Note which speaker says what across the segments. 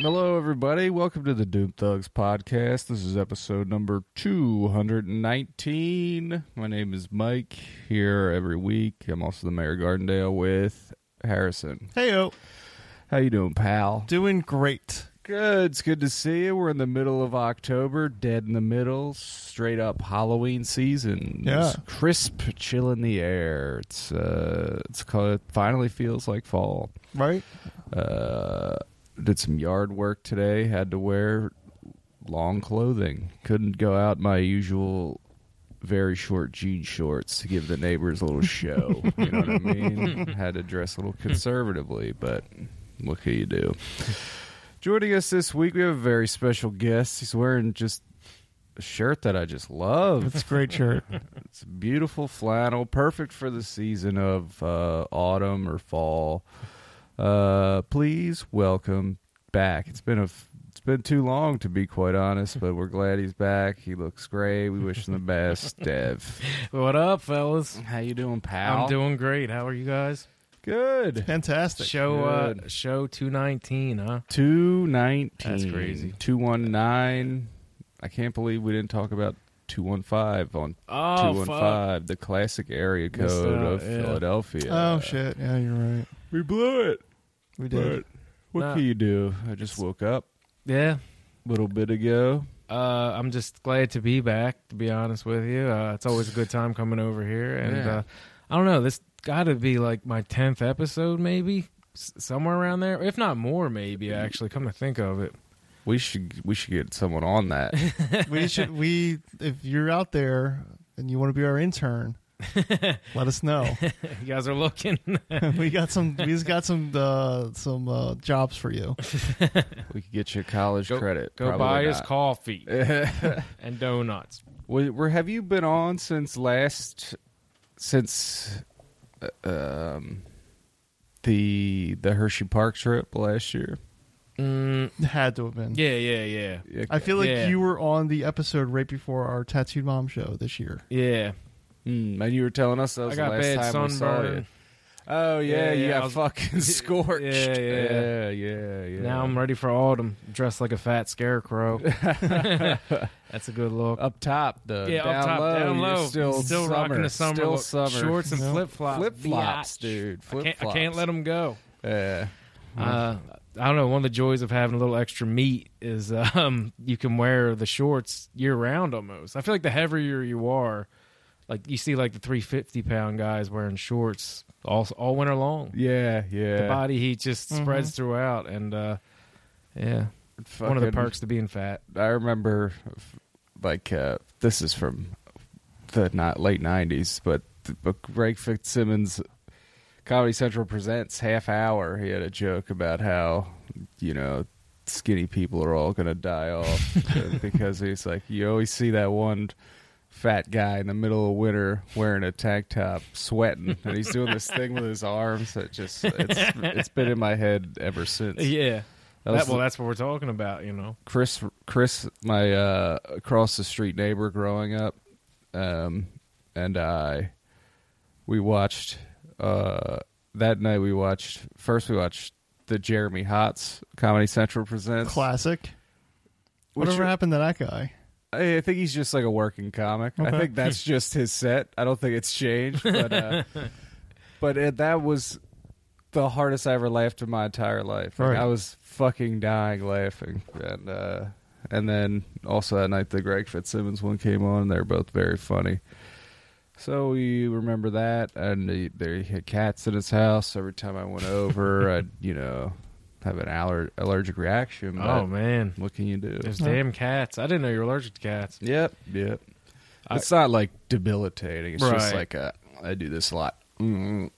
Speaker 1: Hello, everybody. Welcome to the Doom Thugs podcast. This is episode number 219. My name is Mike, here every week. I'm also the Mayor of Gardendale with Harrison.
Speaker 2: Heyo,
Speaker 1: How you doing, pal?
Speaker 2: doing great.
Speaker 1: Good. It's good to see you. We're in the middle of October, dead in the middle, straight up Halloween season.
Speaker 2: Yeah.
Speaker 1: It's crisp, chill in the air. It's uh, it's called, it finally feels like fall.
Speaker 2: Right?
Speaker 1: uh, did some yard work today. Had to wear long clothing. Couldn't go out in my usual very short jean shorts to give the neighbors a little show. you know what I mean? Had to dress a little conservatively, but what can you do? Joining us this week, we have a very special guest. He's wearing just a shirt that I just love.
Speaker 2: It's a great shirt.
Speaker 1: It's a beautiful flannel, perfect for the season of uh, autumn or fall. Uh, please welcome back. It's been a f- it's been too long to be quite honest, but we're glad he's back. He looks great. We wish him the best, Dev.
Speaker 3: What up, fellas?
Speaker 1: How you doing, pal?
Speaker 3: I'm doing great. How are you guys?
Speaker 1: good.
Speaker 2: Fantastic.
Speaker 3: Show uh,
Speaker 1: Good.
Speaker 3: show two nineteen, huh?
Speaker 1: Two nineteen.
Speaker 3: That's crazy.
Speaker 1: Two one nine. I can't believe we didn't talk about two one five on
Speaker 3: Oh,
Speaker 1: two one
Speaker 3: fuck.
Speaker 1: five, the classic area
Speaker 3: Missed
Speaker 1: code
Speaker 3: out,
Speaker 1: of
Speaker 3: yeah.
Speaker 1: Philadelphia.
Speaker 2: Oh, shit. Yeah, you're right.
Speaker 1: We blew it.
Speaker 2: We did.
Speaker 1: But what
Speaker 3: Nah.
Speaker 1: can you do? I just woke up
Speaker 3: Yeah.
Speaker 1: a little bit ago.
Speaker 3: Uh, I'm just glad to be back. To be honest with you, uh, it's always a good time coming over here, and
Speaker 1: Yeah.
Speaker 3: uh, I don't know. This got to be like my tenth episode, maybe s- somewhere around there, if not more, maybe. Actually, come to think of it,
Speaker 1: We should we should get someone on that.
Speaker 2: we should, we, if you're out there and you want to be our intern, let us know.
Speaker 3: you guys are looking.
Speaker 2: we got some, we just got some, uh, some, uh, jobs for you.
Speaker 1: we could get you college
Speaker 3: Go-
Speaker 1: credit.
Speaker 3: Go
Speaker 1: Probably
Speaker 3: buy his
Speaker 1: not.
Speaker 3: coffee and donuts.
Speaker 1: Wait, where have you been on since last? Since uh, um, the the Hershey Park trip last year.
Speaker 3: Mm,
Speaker 2: Had to have been.
Speaker 3: yeah, yeah, yeah,
Speaker 1: Yeah.
Speaker 2: I feel like
Speaker 3: Yeah.
Speaker 2: you were on the episode right before our Tattooed Mom show this year.
Speaker 3: yeah.
Speaker 1: Mm, and you were telling us that was
Speaker 3: I got
Speaker 1: the last
Speaker 3: bad
Speaker 1: time we saw
Speaker 3: sunburn.
Speaker 1: you. Oh yeah,
Speaker 3: Yeah,
Speaker 1: you
Speaker 3: yeah,
Speaker 1: got
Speaker 3: I was-
Speaker 1: fucking scorched.
Speaker 3: Yeah,
Speaker 1: yeah,
Speaker 3: yeah.
Speaker 1: yeah, yeah.
Speaker 3: Now I'm ready for autumn, dressed like a fat scarecrow. That's a good look.
Speaker 1: up top, the
Speaker 3: yeah,
Speaker 1: Uh, down
Speaker 3: up top,
Speaker 1: low,
Speaker 3: down
Speaker 1: you're
Speaker 3: low.
Speaker 1: still
Speaker 3: still
Speaker 1: summer,
Speaker 3: rocking the summer,
Speaker 1: still
Speaker 3: look.
Speaker 1: summer.
Speaker 3: shorts and
Speaker 2: Yeah.
Speaker 3: flip flops,
Speaker 1: flip flops, dude.
Speaker 3: I
Speaker 1: Flip
Speaker 3: can't,
Speaker 1: flops.
Speaker 3: I can't let them go.
Speaker 1: Yeah,
Speaker 3: Uh, I don't know. One of the joys of having a little extra meat is um, you can wear the shorts year round almost. I feel like the heavier you are, like you see like the 350 pound guys wearing shorts all all winter long.
Speaker 1: yeah, yeah.
Speaker 3: The body heat just spreads throughout, and uh, yeah, one of the
Speaker 1: Fucking-
Speaker 3: perks to being fat.
Speaker 1: I remember, f- like, uh, this is from the not late '90s, but, th- but Greg Fitzsimmons, Comedy Central presents half hour. He had a joke about how you know skinny people are all gonna die off uh, because he's like you always see that one fat guy in the middle of winter wearing a tank top sweating and he's doing this thing with his arms that just it's, it's been in my head ever since
Speaker 3: Yeah.
Speaker 1: That was
Speaker 3: That- well,
Speaker 1: the-
Speaker 3: that's what we're talking about, you know.
Speaker 1: Chris, Chris, my uh, across the street neighbor growing up, um, and I, we watched uh, that night. We watched first. We watched the Jeremy Hotz Comedy Central presents.
Speaker 2: Classic.
Speaker 1: Which-
Speaker 2: Whatever happened to that guy?
Speaker 1: I I think he's just like a working comic. I
Speaker 2: Okay.
Speaker 1: think that's just his set. I don't think it's changed. But uh, but it, that was the hardest I ever laughed in my entire life. Like,
Speaker 2: Right.
Speaker 1: I was fucking dying laughing, and uh, and then also that night the Greg Fitzsimmons one came on. and They were both very funny. So we remember that, and he, there he had cats in his house. Every time I went over, I'd you know have an aller- allergic reaction.
Speaker 3: Oh
Speaker 1: but
Speaker 3: man,
Speaker 1: what can you do?
Speaker 3: there's
Speaker 2: Yeah.
Speaker 3: damn cats. I didn't know you were allergic to cats.
Speaker 1: Yep, yep.
Speaker 3: I-
Speaker 1: it's not like debilitating. It's just
Speaker 3: Right.
Speaker 1: like uh, I do this a lot. Mm,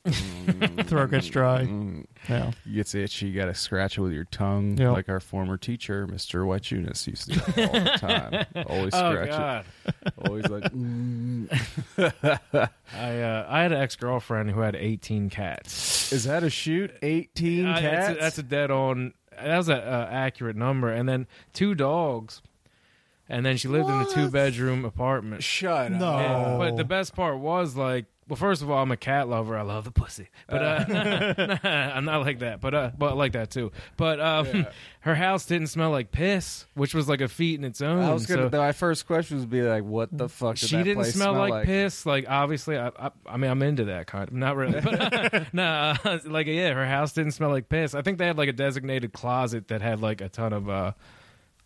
Speaker 2: Throat gets dry.
Speaker 1: mm.
Speaker 2: Yeah.
Speaker 1: Gets itchy. You got to scratch it with your tongue,
Speaker 2: Yep.
Speaker 1: like our former teacher, Mister Whiteunis, used to do all the time. Always
Speaker 3: Oh
Speaker 1: scratch
Speaker 3: god,
Speaker 1: it. Always like. Mm.
Speaker 3: I uh, I had an ex girlfriend who had 18 cats.
Speaker 1: Is that a shoot? Eighteen
Speaker 3: I-
Speaker 1: cats.
Speaker 3: that's, a, that's a dead on. That was an uh, accurate number. And then two dogs, and then she lived in a
Speaker 2: What?
Speaker 3: two bedroom apartment.
Speaker 1: shut
Speaker 2: No.
Speaker 1: up. Oh.
Speaker 3: Yeah, But the best part was like Well, first of all, I'm a cat lover. I love the pussy, but uh, I'm not like that. But uh, but I like that too. But um,
Speaker 1: Yeah.
Speaker 3: her house didn't smell like piss, which was like a feat in its own.
Speaker 1: I was gonna.
Speaker 3: Mm, so
Speaker 1: my first question would be like, "What the fuck?" Did
Speaker 3: she
Speaker 1: that
Speaker 3: didn't
Speaker 1: place
Speaker 3: smell, like, piss. Like obviously, I, I I mean I'm into that kind. Of, not really, but uh, nah. Like yeah, her house didn't smell like piss. I think they had like a designated closet that had like a ton of uh,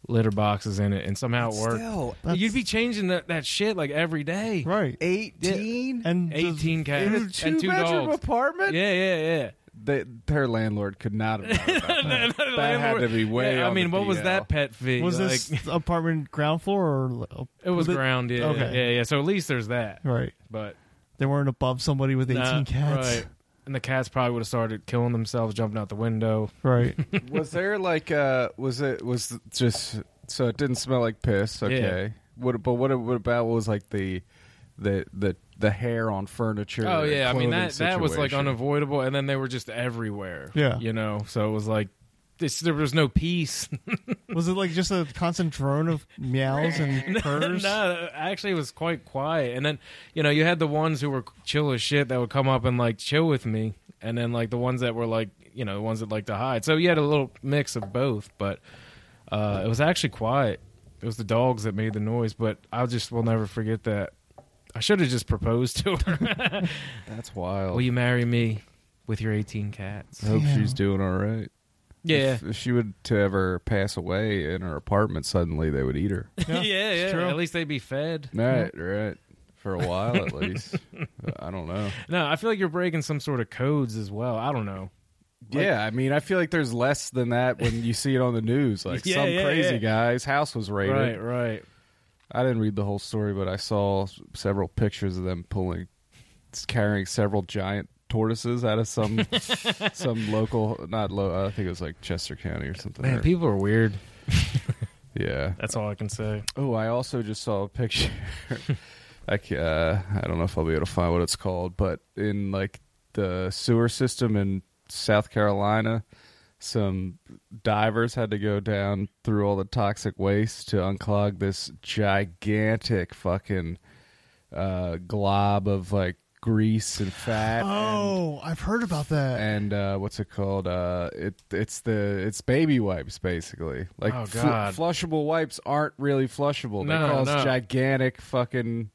Speaker 3: litter boxes in it, and somehow it worked.
Speaker 1: Still,
Speaker 2: That's-
Speaker 3: You'd be changing that, that shit like every day.
Speaker 2: right.
Speaker 1: eighteen
Speaker 2: And does-
Speaker 3: 18
Speaker 1: in
Speaker 3: cats
Speaker 1: a
Speaker 3: and two
Speaker 1: two-bedroom
Speaker 3: dogs.
Speaker 1: apartment.
Speaker 3: Yeah, yeah, yeah.
Speaker 1: They, her landlord could not have. known about that. that had to be way.
Speaker 3: Yeah, I
Speaker 1: on
Speaker 3: mean,
Speaker 1: the
Speaker 3: what uh, was
Speaker 1: DL.
Speaker 3: that pet fee?
Speaker 2: was
Speaker 3: like,
Speaker 2: this apartment ground floor or
Speaker 3: It was ground. Yeah,
Speaker 2: okay.
Speaker 3: yeah, yeah. So at least there's that.
Speaker 2: Right.
Speaker 3: But
Speaker 2: They weren't above somebody with 18
Speaker 3: nah,
Speaker 2: cats.
Speaker 3: right. And the cats probably would have started killing themselves, jumping out the window.
Speaker 2: Right.
Speaker 1: was there like uh was it was just so it didn't smell like piss okay what but what, what about what was like the the the the hair on furniture
Speaker 3: Oh
Speaker 1: and
Speaker 3: yeah, I
Speaker 1: clothing
Speaker 3: mean that that was like
Speaker 1: situation?
Speaker 3: unavoidable. And then they were just everywhere.
Speaker 2: Yeah.
Speaker 3: you know. So it was like this. There was no peace.
Speaker 2: was it like just a constant drone of meows and purrs?
Speaker 3: no, actually, it was quite quiet. And then, you know, you had the ones who were chill as shit that would come up and like chill with me, and then like the ones that were like, you know, the ones that like to hide. So you had a little mix of both, but uh, it was actually quiet. It was the dogs that made the noise, but I just will never forget that. I should have just proposed to her.
Speaker 1: that's wild
Speaker 3: will you marry me with your 18 cats?
Speaker 1: I hope
Speaker 2: Yeah.
Speaker 1: she's doing all right
Speaker 3: Yeah.
Speaker 1: if, if she would to ever pass away in her apartment suddenly they would eat her
Speaker 2: Yeah,
Speaker 3: Yeah, yeah.
Speaker 2: it's true.
Speaker 3: At least they'd be fed.
Speaker 1: right right for a while at least i don't know
Speaker 3: No, I feel like you're breaking some sort of codes as well. I don't know.
Speaker 1: yeah i mean i feel like there's less than that when you see it on the news like
Speaker 3: Yeah,
Speaker 1: some
Speaker 3: yeah,
Speaker 1: crazy
Speaker 3: yeah.
Speaker 1: guy's house was raided
Speaker 3: Right, right.
Speaker 1: I didn't read the whole story, but I saw s- several pictures of them pulling, s- carrying several giant tortoises out of some some local, not low. I think it was like Chester County or something.
Speaker 3: Man,
Speaker 1: or-
Speaker 3: people are weird.
Speaker 1: yeah.
Speaker 3: That's all I can say.
Speaker 1: Oh, I also just saw a picture. like, uh, I don't know if I'll be able to find what it's called, but in like the sewer system in South Carolina, some divers had to go down through all the toxic waste to unclog this gigantic fucking uh, glob of like grease and fat. and-
Speaker 2: Oh, I've heard about that.
Speaker 1: and uh, what's it called? Uh, it it's the it's baby wipes basically. Like
Speaker 3: Oh, God.
Speaker 1: flushable wipes aren't really flushable. They
Speaker 3: No,
Speaker 1: cause
Speaker 3: no.
Speaker 1: gigantic fucking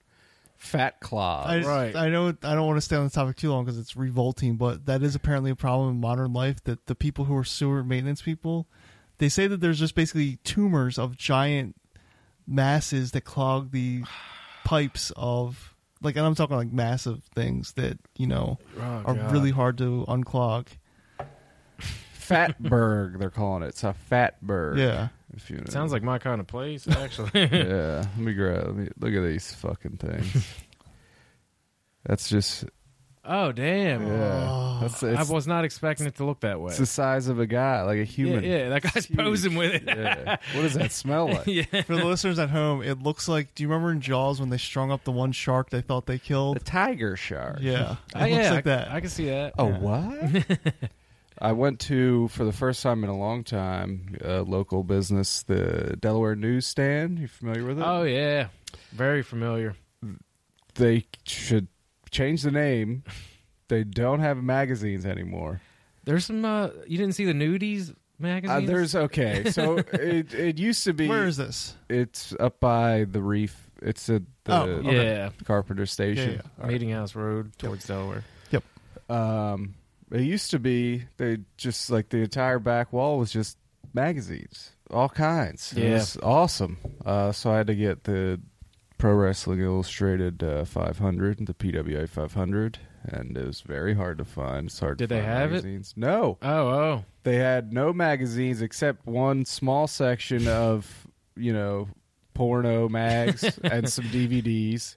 Speaker 1: fat claws.
Speaker 2: I, just-
Speaker 3: right.
Speaker 2: I know I don't want to stay on this topic too long because it's revolting, but that is apparently a problem in modern life that the people who are sewer maintenance people, they say that there's just basically tumors of giant masses that clog the pipes of like, and I'm talking like massive things that you know
Speaker 1: Oh,
Speaker 3: Oh,
Speaker 2: are really hard to unclog.
Speaker 1: Fatberg, they're calling it. It's a fatberg.
Speaker 2: Yeah,
Speaker 1: If you know.
Speaker 3: sounds like my kind of place. Actually,
Speaker 1: yeah. Let me grab. Let me, look at these fucking things. That's just
Speaker 3: oh damn!
Speaker 1: yeah. That's it's,
Speaker 3: Oh, I was not expecting it to look that way.
Speaker 1: it's the size of a guy, like a
Speaker 3: yeah,
Speaker 1: human.
Speaker 3: yeah, that guy's
Speaker 1: huge.
Speaker 3: posing with it.
Speaker 1: Yeah. What does that smell like?
Speaker 3: yeah,
Speaker 2: for the listeners at home, it looks like. Do you remember in Jaws when they strung up the one shark they thought they
Speaker 1: The
Speaker 2: killed?
Speaker 1: tiger shark.
Speaker 2: Yeah, it
Speaker 3: Oh,
Speaker 2: looks
Speaker 3: yeah,
Speaker 2: like
Speaker 3: I,
Speaker 2: that.
Speaker 3: I can see that.
Speaker 1: Oh
Speaker 2: Yeah.
Speaker 1: what? I went to for the first time in a long time a local business, the Delaware Newsstand. You familiar with it?
Speaker 3: Oh yeah, very familiar.
Speaker 1: They should change the name. They don't have magazines anymore.
Speaker 3: There's some. Uh, you didn't see the nudies magazine?
Speaker 1: Uh, there's okay. So it it used to be.
Speaker 2: Where is this?
Speaker 1: It's up by the reef. It's at the
Speaker 2: Oh, okay.
Speaker 3: yeah,
Speaker 1: Carpenter Station.
Speaker 2: Yeah, yeah.
Speaker 3: Meeting House Road towards Delaware.
Speaker 1: um it used to be they just like the entire back wall was just magazines all kinds it
Speaker 3: Yeah.
Speaker 1: was awesome uh so i had to get the pro wrestling illustrated uh 500 the pwa 500 and it was very hard to find it's hard
Speaker 3: Did
Speaker 1: to
Speaker 3: they
Speaker 1: find
Speaker 3: have it?
Speaker 1: magazines. no
Speaker 3: Oh oh,
Speaker 1: they had no magazines except one small section of you know porno mags and some dvds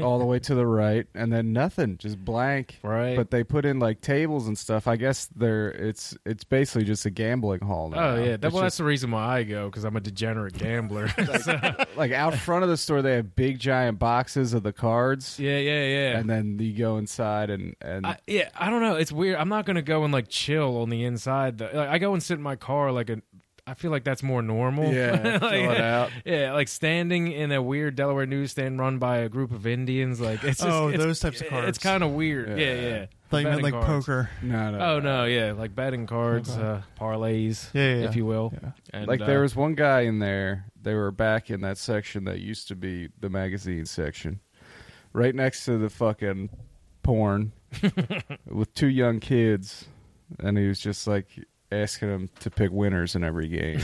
Speaker 1: all the way to the right and then nothing just blank
Speaker 3: oh, right.
Speaker 1: but they put in like tables and stuff. I guess they're it's it's basically just a gambling hall now.
Speaker 3: oh yeah, that,
Speaker 1: It's
Speaker 3: well, that's
Speaker 1: just,
Speaker 3: the reason why I go because I'm a degenerate gambler. So,
Speaker 1: like out front of the store. They have big giant boxes of the cards,
Speaker 3: yeah, yeah, yeah.
Speaker 1: and then you go inside and and
Speaker 3: I, yeah, I don't know. It's weird. I'm not gonna go and like chill on the inside. Though. Like I go and sit in my car like a. I feel like that's more normal.
Speaker 1: Yeah, fill
Speaker 3: Like,
Speaker 1: it out.
Speaker 3: yeah, like standing in a weird Delaware newsstand run by a group of Indians. Like it's just,
Speaker 2: Oh,
Speaker 3: it's-
Speaker 2: those types of cards.
Speaker 3: It's kind of weird. Yeah,
Speaker 1: Yeah.
Speaker 3: yeah.
Speaker 2: Thought you meant
Speaker 3: Betting
Speaker 2: like
Speaker 3: cards.
Speaker 2: poker.
Speaker 1: No, no.
Speaker 3: Oh no, yeah, like betting cards,
Speaker 2: Okay.
Speaker 3: uh, parlays,
Speaker 2: Yeah, yeah,
Speaker 3: if you will.
Speaker 2: Yeah.
Speaker 3: And,
Speaker 1: like
Speaker 3: uh,
Speaker 1: there was one guy in there. They were back in that section that used to be the magazine section, right next to the fucking porn, with two young kids, and he was just like asking them to pick winners in every game.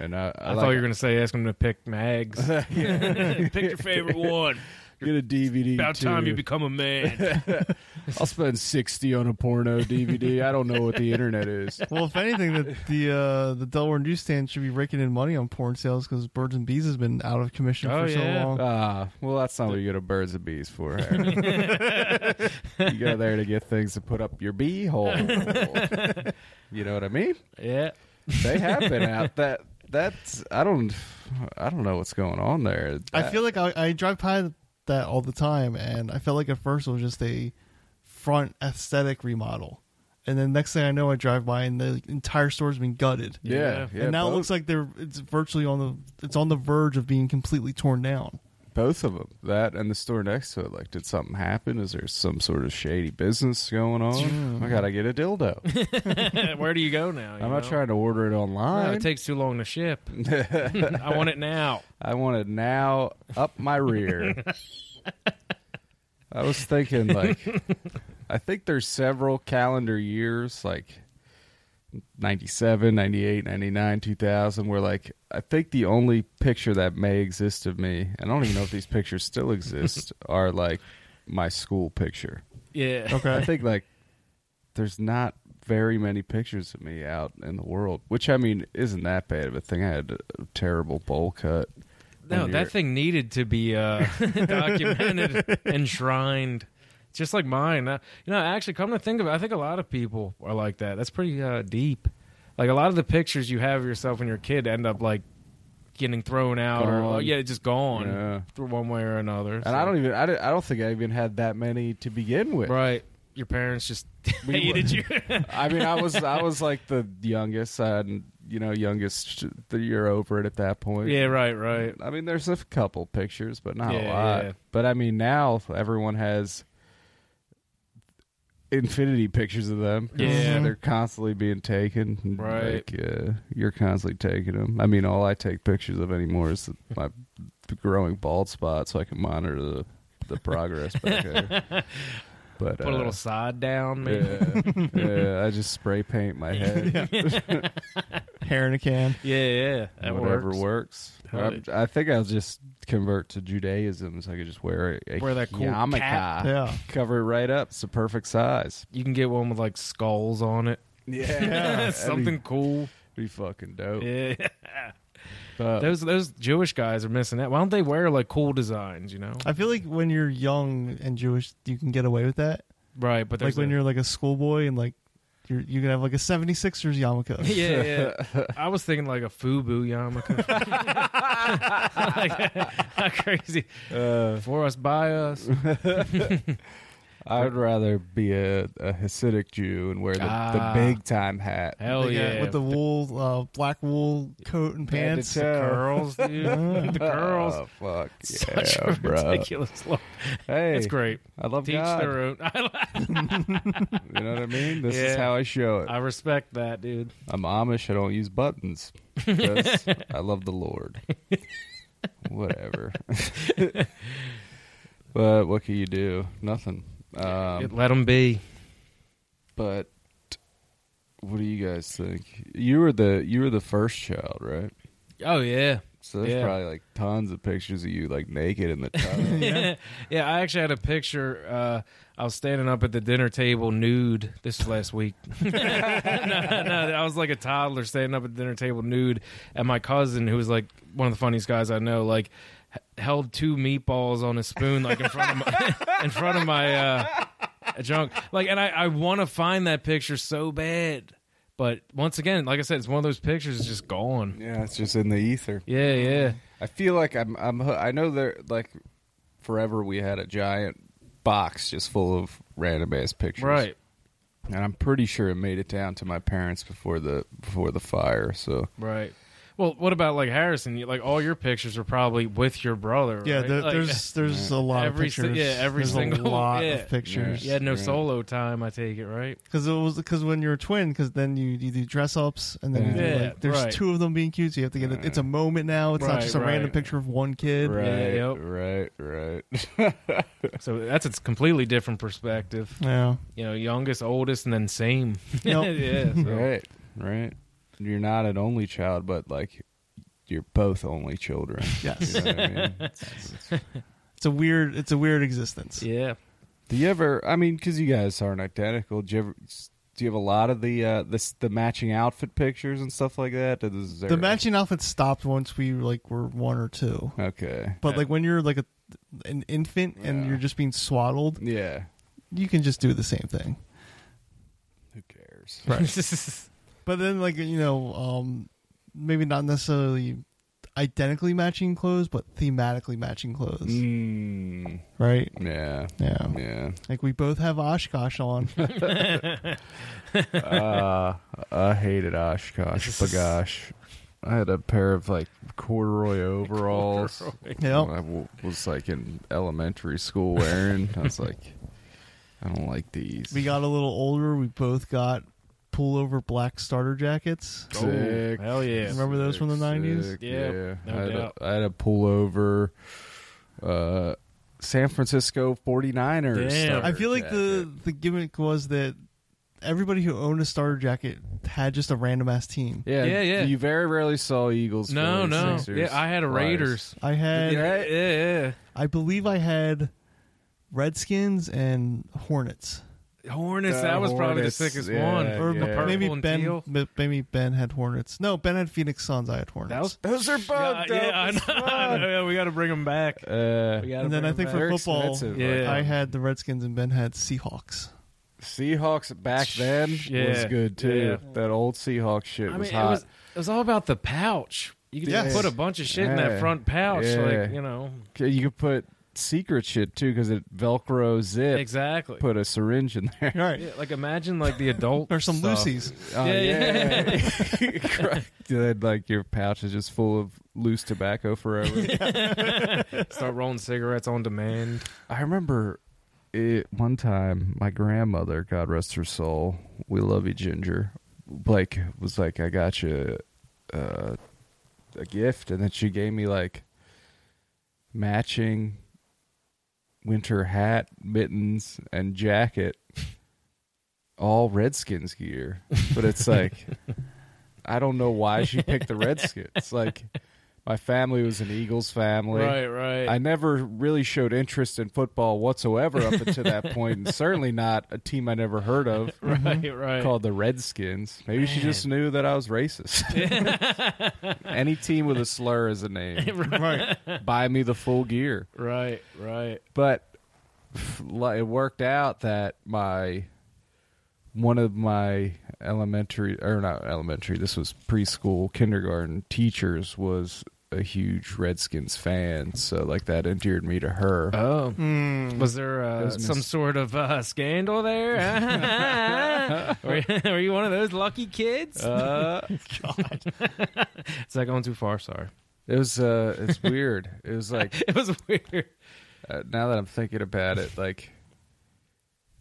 Speaker 1: and I,
Speaker 3: I thought you were gonna say ask them to pick mags. pick your favorite one.
Speaker 1: get a DVD.
Speaker 3: About time
Speaker 1: too.
Speaker 3: you become a man.
Speaker 1: I'll spend sixty on a porno DVD. I don't know what the internet is.
Speaker 2: Well, if anything, the the, uh, the Delaware newsstand should be raking in money on porn sales because Birds and Bees has been out of commission
Speaker 3: Oh,
Speaker 2: for
Speaker 3: yeah.
Speaker 2: so long.
Speaker 1: Ah, well, that's not what you go to birds and bees for. Harry. you go there to get things to put up your bee hole. you know what I mean?
Speaker 3: yeah.
Speaker 1: They have been out. That that's I don't I don't know what's going on there.
Speaker 2: I feel like I, I drive by that all the time, and I felt like at first it was just a front aesthetic remodel, and then next thing I know, I drive by and the entire store's been gutted.
Speaker 1: yeah,
Speaker 3: Yeah.
Speaker 1: yeah.
Speaker 2: and now
Speaker 1: both,
Speaker 2: it looks like they're it's virtually on the it's on the verge of being completely torn down.
Speaker 1: both of them that and the store next to it. Like, did something happen? Is there some sort of shady business going on? I gotta get a dildo.
Speaker 3: Where do you go now? you
Speaker 1: I'm not
Speaker 3: know?
Speaker 1: trying to order it
Speaker 3: No,
Speaker 1: online.
Speaker 3: it takes too long to ship. I want it now.
Speaker 1: I want it now up my rear. I was thinking like I think there's several calendar years like 97, 98, 99, 2000 where like I think the only picture that may exist of me and I don't even know if these pictures still exist are like my school picture.
Speaker 3: Yeah.
Speaker 1: I think like there's not very many pictures of me out in the world, which I mean isn't that bad of a thing. I had a terrible bowl cut.
Speaker 3: No,
Speaker 1: when you're-
Speaker 3: that thing needed to be uh, documented, enshrined, just like mine. Uh, you know, actually, come to think of it, I think a lot of people are like that. That's pretty uh, deep. Like a lot of the pictures you have of yourself when you're a kid end up like getting thrown out or
Speaker 1: Gone.
Speaker 3: oh, yeah, just gone
Speaker 1: Yeah.
Speaker 3: through one way or another.
Speaker 1: And I don't even I, don't- I don't think I even had that many to begin with.
Speaker 3: right. Your parents just
Speaker 1: We
Speaker 3: hated you.
Speaker 1: I mean, I was I was like the youngest, and you know, youngest the year over it at that point.
Speaker 3: yeah, right, right.
Speaker 1: I mean, there's a couple pictures, but not a
Speaker 3: Yeah,
Speaker 1: lot.
Speaker 3: yeah.
Speaker 1: But I mean, now everyone has infinity pictures of them. 'cause
Speaker 3: Yeah.
Speaker 1: they're constantly being taken.
Speaker 3: Right.
Speaker 1: Like, uh, you're constantly taking them. I mean, all I take pictures of anymore is my growing bald spot, so I can monitor the the progress back there. But
Speaker 3: Put a
Speaker 1: uh,
Speaker 3: little side down, maybe.
Speaker 1: yeah, yeah, I just spray paint my head.
Speaker 2: Hair in a can.
Speaker 3: Yeah, yeah. that
Speaker 1: Whatever
Speaker 3: works.
Speaker 1: works.
Speaker 3: Hell
Speaker 1: I'm- I, think I'll just convert to Judaism so I could just wear a, a
Speaker 3: Wear that cool
Speaker 1: yarmulke.
Speaker 3: cap.
Speaker 2: Yeah.
Speaker 1: Cover it right up. It's the perfect size.
Speaker 3: You can get one with like skulls on it.
Speaker 1: Yeah,
Speaker 3: Something cool.
Speaker 1: be, fucking dope.
Speaker 3: Yeah.
Speaker 1: But
Speaker 3: Those those Jewish guys are missing out. Why don't they wear like cool designs, you know?
Speaker 2: I feel like when you're young and Jewish, you can get away with that.
Speaker 3: Right,
Speaker 2: like
Speaker 3: but there's
Speaker 2: when
Speaker 3: a-
Speaker 2: you're like a schoolboy and like you're you can have like a 76ers yarmulke.
Speaker 3: yeah, yeah. I was thinking like a FUBU yarmulke. like, how crazy.
Speaker 1: uh,
Speaker 3: For us, by us.
Speaker 1: I would rather be a, a Hasidic Jew and wear the,
Speaker 3: Ah.
Speaker 1: the big time hat.
Speaker 3: Hell
Speaker 2: Like, uh,
Speaker 3: yeah.
Speaker 2: With the wool, uh, black wool coat and
Speaker 1: Man,
Speaker 2: pants.
Speaker 1: the tell.
Speaker 3: girls, dude. the girls.
Speaker 1: Oh fuck yeah,
Speaker 3: Such a
Speaker 1: bro.
Speaker 3: ridiculous look.
Speaker 1: Hey,
Speaker 3: It's great.
Speaker 1: I love
Speaker 3: Teach
Speaker 1: God.
Speaker 3: their own. I,
Speaker 1: You know what I mean? This is
Speaker 3: Yeah.
Speaker 1: how I show it.
Speaker 3: I respect that, dude.
Speaker 1: I'm Amish. I don't use buttons because I love the Lord. Whatever. but what can you do? Nothing.
Speaker 3: It-
Speaker 1: Um,
Speaker 3: let them be.
Speaker 1: but what do you guys think? You were the you were the first child, right?
Speaker 3: Oh yeah.
Speaker 1: So there's
Speaker 3: Yeah.
Speaker 1: probably like tons of pictures of you like naked in the tub.
Speaker 3: yeah. I actually had a picture. Uh, I was standing up at the dinner table nude. This was last week. no, no, I was like a toddler standing up at the dinner table nude, and my cousin, who was like one of the funniest guys I know, like h- held two meatballs on a spoon, like in front of my, in front of my uh, junk. Like, and I, I want to find that picture so bad, but once again, like I said, it's one of those pictures that's just gone.
Speaker 1: yeah, it's just in the ether.
Speaker 3: Yeah, yeah.
Speaker 1: I feel like I'm I'm I know there like forever we had a giant box just full of random ass pictures.
Speaker 3: Right.
Speaker 1: and I'm pretty sure it made it down to my parents before the before the fire. So
Speaker 3: Right. Well, what about like Harrison? You- Like all your pictures are probably with your brother.
Speaker 2: Yeah,
Speaker 3: right?
Speaker 2: there,
Speaker 3: Like,
Speaker 2: there's there's a lot
Speaker 3: Every
Speaker 2: of
Speaker 3: si- yeah,
Speaker 2: pictures.
Speaker 3: every
Speaker 2: there's
Speaker 3: single-
Speaker 2: a lot
Speaker 3: yeah.
Speaker 2: of pictures.
Speaker 3: You had no
Speaker 1: Right.
Speaker 3: solo time, I take it, right?
Speaker 2: Because it was because when you're a twin, because then you, you do dress ups and then you do,
Speaker 3: Yeah,
Speaker 2: like, there's
Speaker 3: right.
Speaker 2: two of them being cute, so you have to get it. It's a moment now. It's
Speaker 3: Right,
Speaker 2: not just a
Speaker 3: right.
Speaker 2: random picture of one kid.
Speaker 1: right,
Speaker 3: yep.
Speaker 1: right, right.
Speaker 3: So that's a completely different perspective.
Speaker 2: Yeah,
Speaker 3: You know, youngest, oldest, and then same.
Speaker 2: Nope.
Speaker 3: yeah. So.
Speaker 1: Right, right. You're not an only child, but like you're both only children.
Speaker 2: Yes.
Speaker 1: You know what I mean? It's- it's-
Speaker 2: it's a weird it's a weird existence.
Speaker 3: Yeah.
Speaker 1: do you ever? I mean, because you guys aren't identical. Do you ever? Do you have a lot of the uh, this the matching outfit pictures and stuff like that? Is there-
Speaker 2: The matching outfits stopped once we like were one or two,
Speaker 1: Okay.
Speaker 2: but like when you're like a an infant and
Speaker 1: Yeah.
Speaker 2: you're just being swaddled,
Speaker 1: Yeah.
Speaker 2: you can just do the same thing.
Speaker 1: Who cares?
Speaker 2: But then, like you know, um, maybe not necessarily identically matching clothes, but thematically matching clothes,
Speaker 1: Mm,
Speaker 2: right?
Speaker 1: yeah.
Speaker 2: Yeah.
Speaker 1: Yeah.
Speaker 2: like we both have Oshkosh on.
Speaker 1: uh, I hated Oshkosh. Bagosh. I had a pair of like corduroy overalls.
Speaker 2: yeah,
Speaker 1: I w- was like in elementary school wearing. I was like, I don't like these.
Speaker 2: we got a little older. We both got pullover black starter jackets.
Speaker 1: Sick.
Speaker 3: Oh, hell yeah.
Speaker 2: Remember those from the
Speaker 1: Sick,
Speaker 2: 90s?
Speaker 1: sick,
Speaker 3: Yeah, no
Speaker 1: I, had
Speaker 3: doubt.
Speaker 1: A, I had a pullover. Uh, San Francisco 49ers.
Speaker 3: Damn.
Speaker 1: starter
Speaker 2: I feel like the
Speaker 1: jacket.
Speaker 2: the gimmick was that everybody who owned a starter jacket had just a random ass team.
Speaker 1: Yeah,
Speaker 3: Yeah, yeah.
Speaker 1: You very rarely saw Eagles.
Speaker 3: No, no.
Speaker 1: 46ers,
Speaker 3: Yeah, I had a
Speaker 1: Flyers.
Speaker 3: Raiders.
Speaker 2: I had,
Speaker 3: Yeah, yeah,
Speaker 2: I believe, I had Redskins and Hornets,
Speaker 3: yeah. Hornets,
Speaker 1: The
Speaker 3: that was probably the
Speaker 1: Hornets,
Speaker 3: sickest
Speaker 1: yeah,
Speaker 3: one.
Speaker 1: yeah.
Speaker 2: or
Speaker 1: The purple
Speaker 2: maybe
Speaker 3: and
Speaker 2: Ben,
Speaker 3: teal?
Speaker 2: ma- maybe Ben had Hornets. No, Ben had Phoenix Suns. I had Hornets.
Speaker 3: That was
Speaker 1: Those are both
Speaker 3: yeah, yeah, I know, I know, yeah, we got to bring them back.
Speaker 1: Uh,
Speaker 3: We gotta
Speaker 2: and then
Speaker 3: bring
Speaker 2: I
Speaker 3: 'em
Speaker 2: think
Speaker 3: back.
Speaker 2: for
Speaker 1: They're
Speaker 2: football,
Speaker 1: expensive,
Speaker 3: Yeah.
Speaker 2: I had the Redskins and Ben had Seahawks.
Speaker 1: Seahawks back then was
Speaker 3: Yeah,
Speaker 1: good too.
Speaker 3: yeah.
Speaker 1: That old Seahawks shit
Speaker 3: I mean,
Speaker 1: was
Speaker 3: it
Speaker 1: hot.
Speaker 3: was it was all about the pouch. You could
Speaker 2: Yes.
Speaker 3: just put a bunch of shit in
Speaker 1: Yeah.
Speaker 3: that front pouch,
Speaker 1: Yeah.
Speaker 3: like you know,
Speaker 1: You could put secret shit too because it Velcro zip.
Speaker 3: exactly.
Speaker 1: Put a syringe in there.
Speaker 2: All right.
Speaker 3: Yeah, like imagine like the adult
Speaker 2: Or some
Speaker 3: stuff.
Speaker 2: Lucy's.
Speaker 1: Oh,
Speaker 3: Yeah,
Speaker 1: yeah. Correct. Then, like your pouch is just full of loose tobacco forever.
Speaker 3: Start rolling cigarettes on demand.
Speaker 1: I remember it one time my grandmother, God rest her soul, we love you, Ginger. Like was like, I got you uh, a gift, and then she gave me like matching winter hat, mittens, and jacket, all Redskins gear. But it's like, I don't know why she picked the Redskins. Like, my family was an Eagles family.
Speaker 3: Right, right.
Speaker 1: I never really showed interest in football whatsoever up until that point, and certainly not a team I never heard of
Speaker 3: right, right.
Speaker 1: called the Redskins. Maybe she just knew that I was racist. Any team with a slur as a name,
Speaker 2: right.
Speaker 1: buy me the full gear.
Speaker 3: Right, right.
Speaker 1: But like, it worked out that my one of my elementary or not elementary, this was preschool, kindergarten teachers was a huge Redskins fan, so like that endeared me to her.
Speaker 3: Oh.
Speaker 2: Mm.
Speaker 3: Was there
Speaker 1: It
Speaker 3: uh,
Speaker 1: was
Speaker 3: some
Speaker 1: mis-
Speaker 3: sort of uh, scandal there? were, were you one of those lucky kids?
Speaker 1: Uh,
Speaker 3: Is that going too far? Sorry.
Speaker 1: it was uh, it's weird. It was like
Speaker 3: It was weird.
Speaker 1: uh, now that I'm thinking about it, like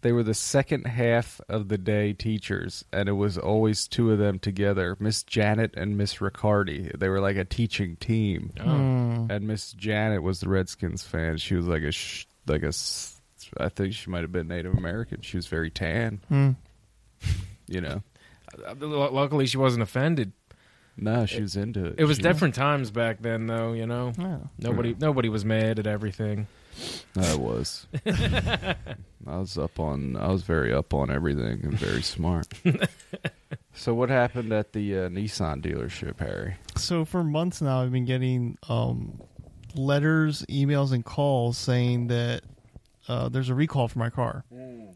Speaker 1: they were the second half of the day teachers, and it was always two of them together, Miss Janet and Miss Riccardi. They were like a teaching team,
Speaker 2: Mm.
Speaker 1: and Miss Janet was the Redskins fan. She was like a sh- like a s- I think she might have been Native American. She was very tan,
Speaker 2: Mm.
Speaker 1: you know.
Speaker 3: Uh, Luckily, she wasn't offended.
Speaker 1: No, she was into it.
Speaker 3: It was
Speaker 1: She-
Speaker 3: different times back then, though. You know,
Speaker 2: Yeah.
Speaker 3: nobody
Speaker 1: Right.
Speaker 3: nobody was mad at everything.
Speaker 1: I was. I was up on. I was very up on everything and very smart. so what happened at the uh, Nissan dealership, Harry?
Speaker 2: So for months now, I've been getting um, letters, emails, and calls saying that uh, there's a recall for my car,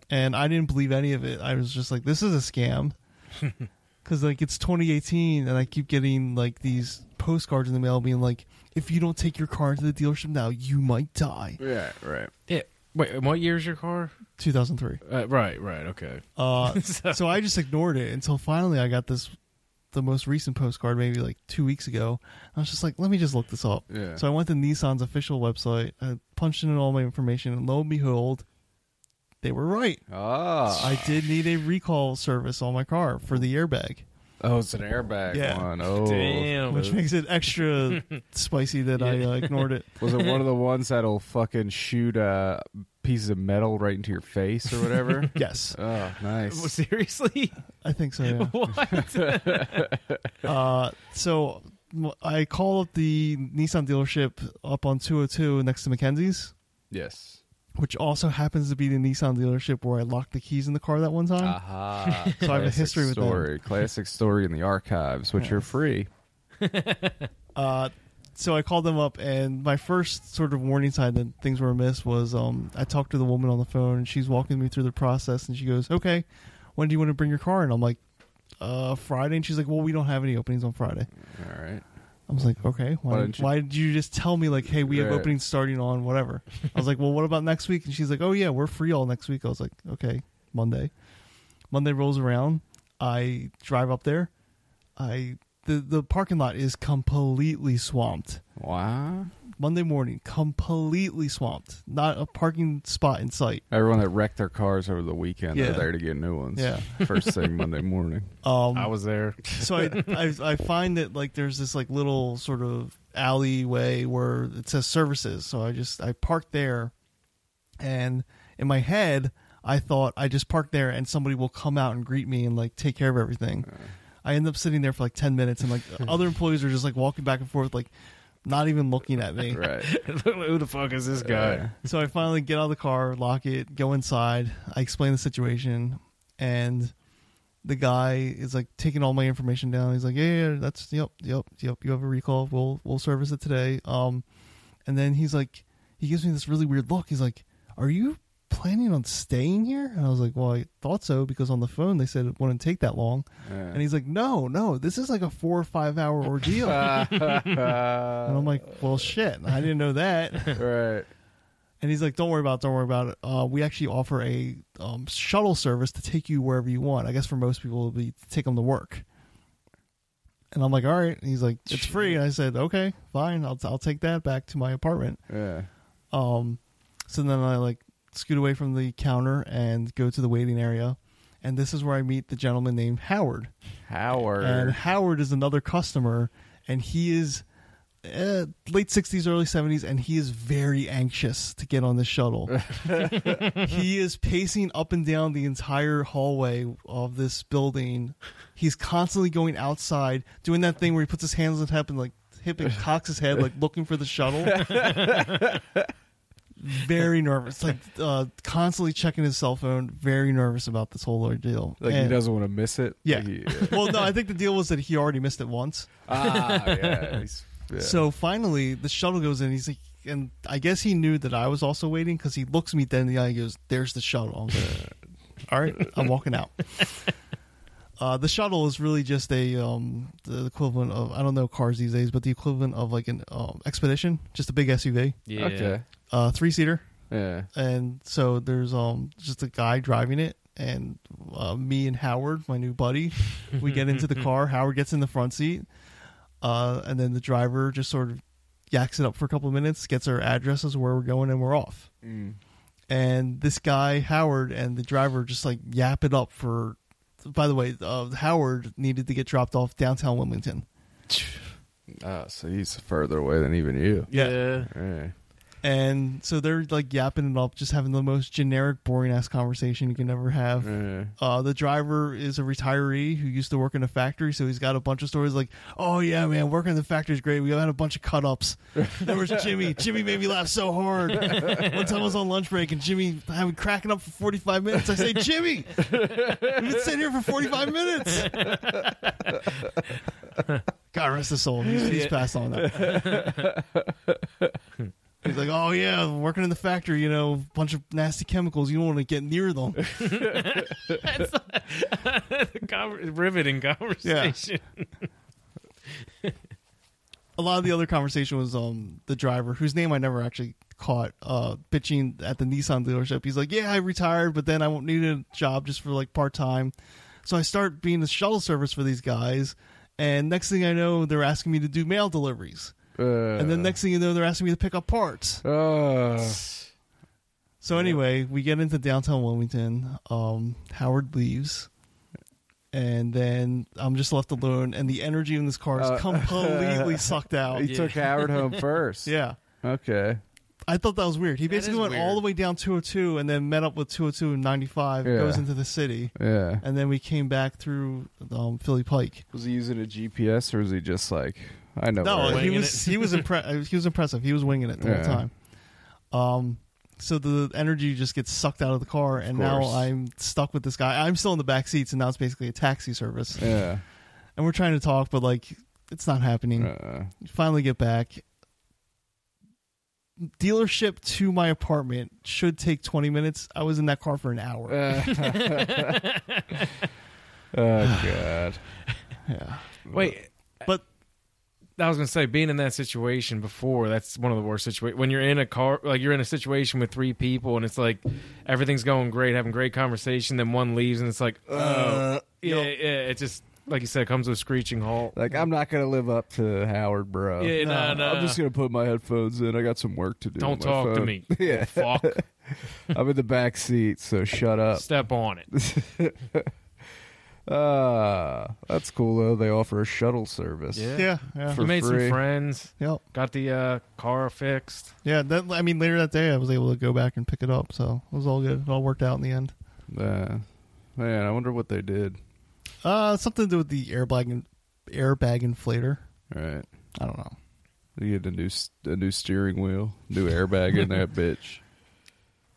Speaker 2: and I didn't believe any of it. I was just like, "This is a scam," because like it's 2018, and I keep getting like these postcards in the mail being like, "If you don't take your car into the dealership now, you might die."
Speaker 1: Yeah, right.
Speaker 3: Yeah, Wait, and what year's your car?
Speaker 2: 2003.
Speaker 3: Uh, right, right, okay.
Speaker 2: Uh,
Speaker 3: So-
Speaker 2: so I just ignored it until finally I got this, the most recent postcard, maybe like two weeks ago. I was just like, let me just look this up.
Speaker 1: Yeah.
Speaker 2: So I went to Nissan's official website, I punched in all my information, and lo and behold, they were right. Uh,
Speaker 1: Ah.
Speaker 2: I did need a recall service on my car for the airbag,
Speaker 1: oh, it's an airbag
Speaker 2: Yeah.
Speaker 1: one. Oh.
Speaker 3: Damn.
Speaker 2: which makes it extra spicy that I uh, ignored it.
Speaker 1: Was it one of the ones that'll fucking shoot uh, pieces of metal right into your face or whatever?
Speaker 2: Yes,
Speaker 1: oh, nice.
Speaker 3: Well, seriously?
Speaker 2: I think so. Yeah.
Speaker 3: what?
Speaker 2: Uh, so m- I call up the Nissan dealership up on 202 next to McKenzie's,
Speaker 1: yes.
Speaker 2: which also happens to be the Nissan dealership where I locked the keys in the car that one time.
Speaker 1: Aha.
Speaker 2: Um, So I have a
Speaker 1: Classic
Speaker 2: history with them.
Speaker 1: story. Classic story in the archives, which
Speaker 2: Yeah.
Speaker 1: are free.
Speaker 2: Uh, so I called them up, and my first sort of warning sign that things were amiss was um, I talked to the woman on the phone, and she's walking me through the process, and she goes, "Okay, when do you want to bring your car?" And I'm like, uh, "Friday." And she's like, "Well, we don't have any openings on Friday."
Speaker 1: All right.
Speaker 2: I was like, "Okay, why?
Speaker 1: Why
Speaker 2: Why,
Speaker 1: don't you-
Speaker 2: did you just tell me like, hey, we have
Speaker 1: Right.
Speaker 2: openings starting on whatever?" I was like, "Well, what about next week?" And she's like, "Oh yeah, we're free all next week." I was like, "Okay, Monday." Monday rolls around. I drive up there. I the the parking lot is completely swamped.
Speaker 1: Wow.
Speaker 2: Monday morning, completely swamped. Not a parking spot in sight.
Speaker 1: Everyone that wrecked their cars over the weekend,
Speaker 2: Yeah.
Speaker 1: they're there to get new ones.
Speaker 2: Yeah.
Speaker 1: First thing Monday morning.
Speaker 2: Um,
Speaker 3: I was there.
Speaker 2: so I, I I find that like there's this like little sort of alleyway where it says services. So I just I parked there, and in my head I thought I just parked there and somebody will come out and greet me and like take care of everything. I end up sitting there for like ten minutes and like other employees are just like walking back and forth like not even looking at me.
Speaker 1: Right.
Speaker 3: Who the fuck is this guy?
Speaker 2: So I finally get out of the car, lock it, go inside. I explain the situation, and the guy is like taking all my information down. He's like, "Yeah, yeah, yeah, that's yep, yep, yep. You have a recall. We'll we'll service it today." Um, and then he's like, he gives me this really weird look. He's like, "Are you planning on staying here?" And I was like, "Well, I thought so because on the phone they said it wouldn't take that long."
Speaker 1: Yeah.
Speaker 2: And he's like, "No, no, this is like a four or five hour ordeal." and I'm like, "Well, shit, I didn't know that."
Speaker 1: right.
Speaker 2: And he's like, "Don't worry about it. Don't worry about it. Uh, we actually offer a um, shuttle service to take you wherever you want. I guess for most people, it'll be to take them to work." And I'm like, "All right." And he's like, "It's free." And I said, "Okay, fine. I'll I'll take that back to my apartment."
Speaker 1: Yeah.
Speaker 2: Um, so then I like scoot away from the counter and go to the waiting area, and this is where I meet the gentleman named Howard.
Speaker 1: Howard.
Speaker 2: And Howard is another customer, and he is uh, late 60s, early 70s, and he is very anxious to get on the shuttle. he is pacing up and down the entire hallway of this building. He's constantly going outside, doing that thing where he puts his hands on hip and like hip and cocks his head, like looking for the shuttle. very nervous, like uh, constantly checking his cell phone. Very nervous about this whole ordeal.
Speaker 1: like he
Speaker 2: And-
Speaker 1: doesn't want to miss it.
Speaker 2: Yeah.
Speaker 1: He-
Speaker 2: well, no, I think the deal was that he already missed it once.
Speaker 1: ah, yeah. He's, yeah.
Speaker 2: So finally, the shuttle goes in. He's like, and I guess he knew that I was also waiting because he looks me dead in the eye and goes, "There's the shuttle." I'm like, All right, I'm walking out. Uh, the shuttle is really just a um, the equivalent of I don't know cars these days, but the equivalent of like an um, expedition, just a big SUV,
Speaker 3: Yeah.
Speaker 1: Okay.
Speaker 2: uh, three seater.
Speaker 1: Yeah.
Speaker 2: And so there's um just a guy driving it, and uh, me and Howard, my new buddy, we get into the car. Howard gets in the front seat, uh, and then the driver just sort of yaks it up for a couple of minutes, gets our addresses where we're going, and we're off.
Speaker 1: Mm.
Speaker 2: And this guy Howard and the driver just like yap it up for. By the way, uh, Howard needed to get dropped off downtown Wilmington.
Speaker 1: Ah, so he's further away than even you.
Speaker 2: Yeah.
Speaker 1: Yeah.
Speaker 2: And so they're like yapping it up, just having the most generic, boring ass conversation you can ever have.
Speaker 1: Yeah.
Speaker 2: Uh, the driver is a retiree who used to work in a factory, so he's got a bunch of stories like, "Oh yeah, man, working in the factory is great. We had a bunch of cut ups. There was Jimmy. Jimmy made me laugh so hard. One time I was on lunch break and Jimmy had me cracking up for forty five minutes. I say, Jimmy, we've been sitting here for forty five minutes. God rest his soul. He's, he's passed on now. He's like, oh yeah, working in the factory, you know, bunch of nasty chemicals. You don't want to get near them.
Speaker 3: Conver- riveting conversation.
Speaker 2: a lot of the other conversation was um the driver whose name I never actually caught uh, bitching at the Nissan dealership. He's like, "Yeah, I retired, but then I won't need a job just for like part time." So I start being a shuttle service for these guys, and next thing I know, they're asking me to do mail deliveries,
Speaker 1: Uh,
Speaker 2: and then next thing you know, they're asking me to pick up parts.
Speaker 1: Uh,
Speaker 2: So anyway, we get into downtown Wilmington. Um, Howard leaves, and then I'm just left alone. And the energy in this car is
Speaker 1: Uh,
Speaker 2: completely sucked out.
Speaker 1: he took Howard home first.
Speaker 2: Oh, Yeah,
Speaker 1: Okay.
Speaker 2: I thought that was weird. He basically
Speaker 3: is
Speaker 2: went all
Speaker 3: weird.
Speaker 2: the way down 202 and then met up with 202 and 95.
Speaker 1: Yeah.
Speaker 2: Goes into the city,
Speaker 1: Yeah.
Speaker 2: and then we came back through um, Philly Pike.
Speaker 1: Was he using a GPS or was he just like, I know?
Speaker 2: No,
Speaker 1: where it
Speaker 3: way.
Speaker 2: he
Speaker 3: Winging
Speaker 2: was he was impre- he was impressive. He was winging it the
Speaker 1: Yeah.
Speaker 2: whole time. Um, so the energy just gets sucked out of the car, and now
Speaker 1: course.
Speaker 2: I'm stuck with this guy. I'm still in the back seats, and now it's basically a taxi service.
Speaker 1: is." Yeah.
Speaker 2: And we're trying to talk, but like it's not happening.
Speaker 1: Uh,
Speaker 2: Finally, get back. Dealership to my apartment should take 20 minutes. I was in that car for an hour.
Speaker 3: Uh,
Speaker 1: uh. oh God.
Speaker 2: Yeah.
Speaker 3: Wait,
Speaker 2: But
Speaker 3: I was gonna say being in that situation before that's one of the worst situations. When you're in a car, like you're in a situation with three people, and it's like everything's going great, having great conversation, then one leaves, and it's like,
Speaker 1: Uh,
Speaker 3: oh, yeah, yeah, it just like you said, comes with a screeching halt.
Speaker 1: Like I'm not gonna live up to Howard, bro.
Speaker 3: yeah,
Speaker 2: no,
Speaker 3: no, no,
Speaker 1: I'm just gonna put my headphones in. I got some work to do. on
Speaker 3: don't
Speaker 1: my
Speaker 3: talk to
Speaker 1: phone.
Speaker 3: me.
Speaker 1: yeah,
Speaker 3: Fuck,
Speaker 1: I'm in the back seat, so shut up.
Speaker 3: step on it.
Speaker 1: Uh, that's cool though. They offer a shuttle service.
Speaker 3: Yeah.
Speaker 2: yeah, yeah.
Speaker 1: For
Speaker 3: You made
Speaker 1: free.
Speaker 3: some friends,
Speaker 2: Yep.
Speaker 3: got the uh, car fixed.
Speaker 2: Yeah, that, I mean, later that day, I was able to go back and pick it up, so it was all good. It all worked out in the end.
Speaker 1: Uh, man, I wonder what they did.
Speaker 2: Uh, something to do with the airbag airbag inflator.
Speaker 1: All right,
Speaker 2: I don't know.
Speaker 1: they get a new s- a new steering wheel, new airbag in that bitch.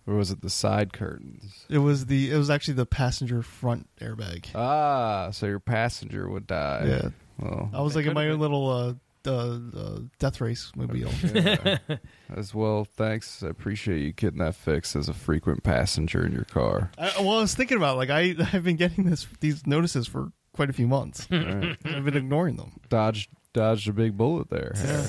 Speaker 1: Or was it the side curtains?
Speaker 2: It was the it was actually the passenger front airbag.
Speaker 3: Uh,
Speaker 1: Ah, so your passenger would die.
Speaker 2: yeah, Oh,
Speaker 1: Well,
Speaker 2: I was like in
Speaker 3: could've
Speaker 2: my own
Speaker 3: been.
Speaker 2: little uh, uh, uh, death race mobile.
Speaker 1: Yeah. as well, thanks. I appreciate you getting that fixed as a frequent passenger in your car.
Speaker 2: I, well, I was thinking about it, like I I've been getting this these notices for quite a few months.
Speaker 1: Right.
Speaker 3: Hmm.
Speaker 2: I've been ignoring them.
Speaker 1: Dodged dodged a big bullet there. Harry.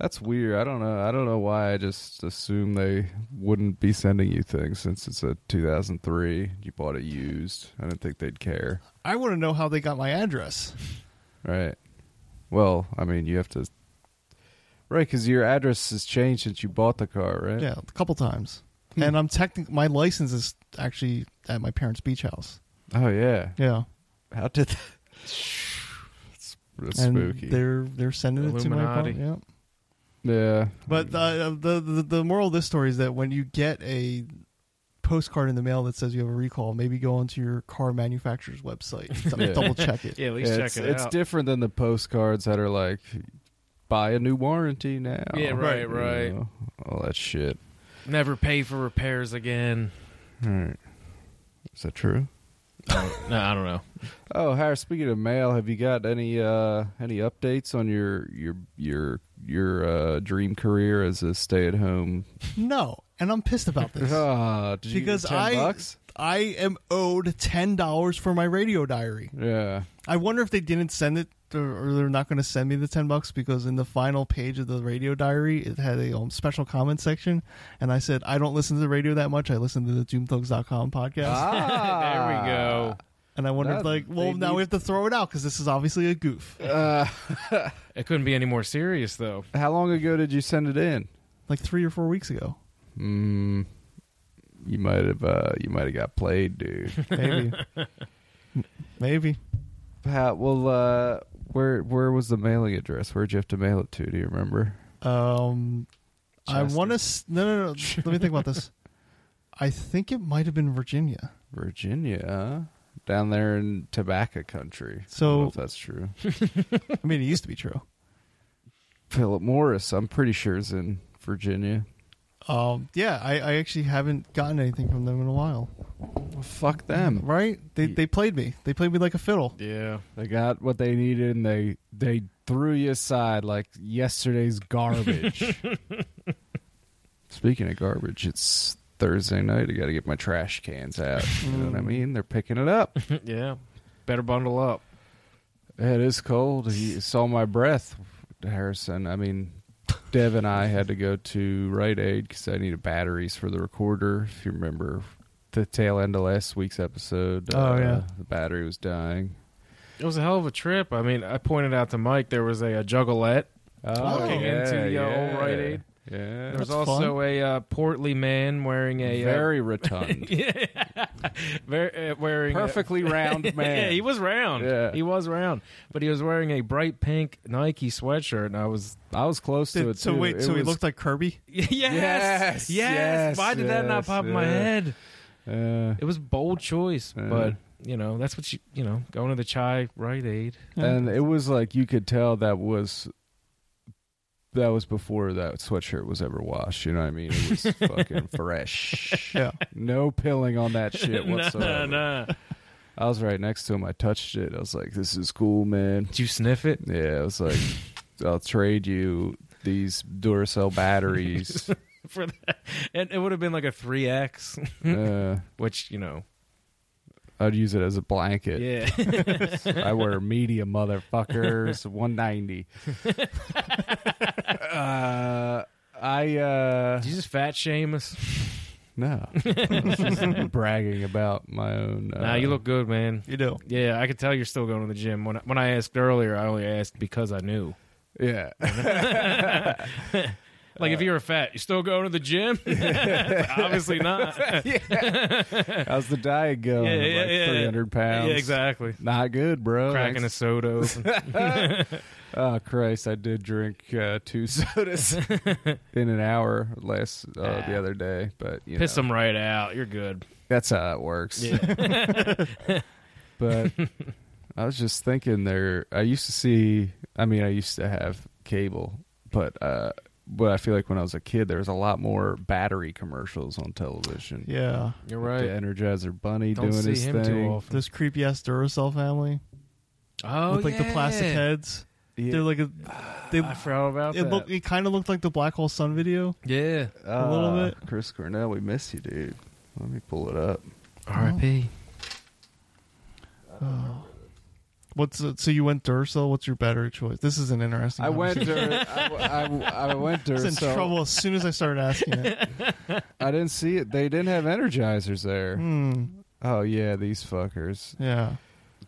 Speaker 1: That's weird. I don't know. I don't know why I just assume they wouldn't be sending you things since it's a 2003. You bought it used. I didn't think they'd care.
Speaker 2: I want to know how they got my address.
Speaker 1: Right. Well, I mean, you have to. Right, because your address has changed since you bought the car, right?
Speaker 2: Yeah, a couple times.
Speaker 3: Hmm.
Speaker 2: And I'm technic. My license is actually at my parents' beach house.
Speaker 1: Oh yeah.
Speaker 2: Yeah.
Speaker 1: How did? That... It's, it's
Speaker 2: and
Speaker 1: spooky.
Speaker 2: They're they're sending it to my
Speaker 3: Illuminati.
Speaker 2: apartment. Yeah.
Speaker 1: Yeah.
Speaker 2: But uh, the, the the moral of this story is that when you get a postcard in the mail that says you have a recall, maybe go onto your car manufacturer's website, d-
Speaker 1: Yeah.
Speaker 2: double check it.
Speaker 3: Yeah, at least
Speaker 1: Yeah,
Speaker 3: check
Speaker 1: it's,
Speaker 3: it
Speaker 1: it's
Speaker 3: out.
Speaker 1: different than the postcards that are like buy a new warranty now
Speaker 3: Yeah, right,
Speaker 1: You
Speaker 3: right.
Speaker 1: know, all that shit
Speaker 3: Never pay for repairs again.
Speaker 1: all right is that true
Speaker 3: no, I don't know.
Speaker 1: oh Harris, speaking of mail have you got any uh any updates on your your your your uh dream career as a stay-at-home
Speaker 2: No, and I'm pissed about this
Speaker 1: Ah, did you get
Speaker 2: because
Speaker 1: 10
Speaker 2: I
Speaker 1: bucks?
Speaker 2: I am owed ten dollars for my radio diary.
Speaker 1: yeah
Speaker 2: I wonder if they didn't send it or or they're not going to send me the 10 bucks because in the final page of the radio diary it had a um, special comment section and i said i don't listen to the radio that much i listen to the doomthugs.com podcast
Speaker 1: ah,
Speaker 3: there we go.
Speaker 2: And I wondered,
Speaker 1: That-
Speaker 2: like, well,
Speaker 1: they
Speaker 2: now we have
Speaker 1: need-
Speaker 2: to throw it out because this is obviously a goof.
Speaker 1: uh,
Speaker 3: It couldn't be any more serious though.
Speaker 1: how long ago did you send it in
Speaker 2: Like three or four weeks ago,
Speaker 1: mm, you might have uh you might have got played dude
Speaker 2: maybe, maybe.
Speaker 1: Pat, well, uh, where where was the mailing address? Where'd you have to mail it to? Do you remember?
Speaker 2: Um, I
Speaker 3: Chester.
Speaker 2: want to. S- no, no, no. Let me think about this. I think it might have been Virginia.
Speaker 1: Virginia, down there in tobacco country. I don't know
Speaker 2: So-
Speaker 1: if that's true.
Speaker 2: I mean, it used to be true.
Speaker 1: Philip Morris, I'm pretty sure is in Virginia.
Speaker 2: Um, yeah, I, I actually haven't gotten anything from them in a while.
Speaker 1: Well, fuck them.
Speaker 2: Right? They they played me. They played me like a fiddle.
Speaker 3: Yeah.
Speaker 1: They got what they needed, and they they threw you aside like yesterday's garbage. Speaking of garbage, it's Thursday night. I got to get my trash cans out. You know what I mean? They're picking it up.
Speaker 3: yeah. Better bundle up.
Speaker 1: Yeah, It is cold. You saw my breath, Harrison. I mean, Dev and I had to go to Rite Aid because I needed batteries for the recorder. If you remember the tail end of last week's episode, uh,
Speaker 2: Oh, yeah.
Speaker 1: the battery was dying.
Speaker 3: It was a hell of a trip. I mean, I pointed out to Mike there was a, uh juggalette. Walking into Oh, the, uh, old Rite Aid.
Speaker 1: Oh, Yeah.
Speaker 3: There was
Speaker 2: That's
Speaker 3: also
Speaker 2: fun.
Speaker 3: a uh, portly man wearing a uh,
Speaker 1: Very rotund.
Speaker 3: yeah, very, uh, wearing a-
Speaker 1: Perfectly round man.
Speaker 3: yeah, he was round.
Speaker 1: Yeah.
Speaker 3: He was round, but he was wearing a bright pink Nike sweatshirt, and I was
Speaker 1: I was close to
Speaker 2: Did-
Speaker 1: it.
Speaker 2: so
Speaker 1: too.
Speaker 2: wait,
Speaker 1: It
Speaker 2: so he
Speaker 1: was-
Speaker 2: looked like Kirby?
Speaker 3: yes,
Speaker 1: Yes,
Speaker 3: yes.
Speaker 1: yes,
Speaker 3: Why did that not
Speaker 1: yes,
Speaker 3: pop in my
Speaker 1: yeah.
Speaker 3: head?
Speaker 1: Yeah.
Speaker 3: It was bold choice,
Speaker 1: Yeah.
Speaker 3: but you know that's what you you know going to the chai Rite Aid.
Speaker 1: and it was like you could tell that was that was before that sweatshirt was ever washed. You know what I mean? It was fucking fresh.
Speaker 2: Yeah.
Speaker 1: No pilling on that shit whatsoever.
Speaker 3: nah, nah.
Speaker 1: I was right next to him. I touched it. I was like, "This is cool, man."
Speaker 3: Did you sniff it?
Speaker 1: Yeah, I was like, "I'll trade you these Duracell batteries."
Speaker 3: for that. And it would have been like a 3X,
Speaker 1: uh,
Speaker 3: which, you know,
Speaker 1: I'd use it as a blanket.
Speaker 3: yeah.
Speaker 1: I wear media motherfuckers 190. uh, I uh
Speaker 3: Did you just fat shame us?
Speaker 1: no. I was just bragging about my own uh,
Speaker 3: nah, you look good, man.
Speaker 2: You do.
Speaker 3: Yeah, I could tell you're still going to the gym. When I, when I asked earlier, I only asked because I knew.
Speaker 1: uh, Yeah.
Speaker 3: Like, if you were fat, you still going to the gym? Obviously not. yeah,
Speaker 1: How's the diet going?
Speaker 3: Yeah,
Speaker 1: I'm
Speaker 3: yeah,
Speaker 1: like
Speaker 3: yeah.
Speaker 1: 300 pounds.
Speaker 3: exactly.
Speaker 1: Not good, bro.
Speaker 3: Cracking a
Speaker 1: Thanks.
Speaker 3: soda open.
Speaker 1: Oh Christ, I did drink uh, two sodas in an hour last uh, the
Speaker 3: Ah.
Speaker 1: other day, but you
Speaker 3: Piss
Speaker 1: know,
Speaker 3: them right out. You're good.
Speaker 1: that's how it works. but I was just thinking there. I used to see. I mean, I used to have cable, but uh, but I feel like when I was a kid, there was a lot more battery commercials on television.
Speaker 2: Yeah.
Speaker 3: You're
Speaker 1: Like
Speaker 3: right.
Speaker 1: The Energizer Bunny
Speaker 3: Don't
Speaker 1: doing
Speaker 3: see
Speaker 1: his thing.
Speaker 3: him too often.
Speaker 2: This creepy ass Duracell family
Speaker 3: Oh,
Speaker 2: with like the plastic
Speaker 3: yeah.
Speaker 2: heads.
Speaker 1: Yeah.
Speaker 2: They're like a. They
Speaker 3: I forgot about
Speaker 2: it
Speaker 3: that.
Speaker 2: looked. It kind of looked like the Black Hole Sun video.
Speaker 3: yeah.
Speaker 2: a little
Speaker 1: Ah,
Speaker 2: bit.
Speaker 1: Chris Cornell, we miss you, dude. Let me pull it up.
Speaker 3: R.I.P.
Speaker 2: What's uh, so you went Duracell? What's your battery choice? This is an interesting.
Speaker 1: I went
Speaker 2: conversation.
Speaker 1: to. I, I, I went
Speaker 2: I
Speaker 1: to.
Speaker 2: was in
Speaker 1: so
Speaker 2: trouble as soon as I started asking it.
Speaker 1: I didn't see it. They didn't have Energizers there.
Speaker 2: Hmm.
Speaker 1: Oh yeah, these fuckers.
Speaker 2: Yeah.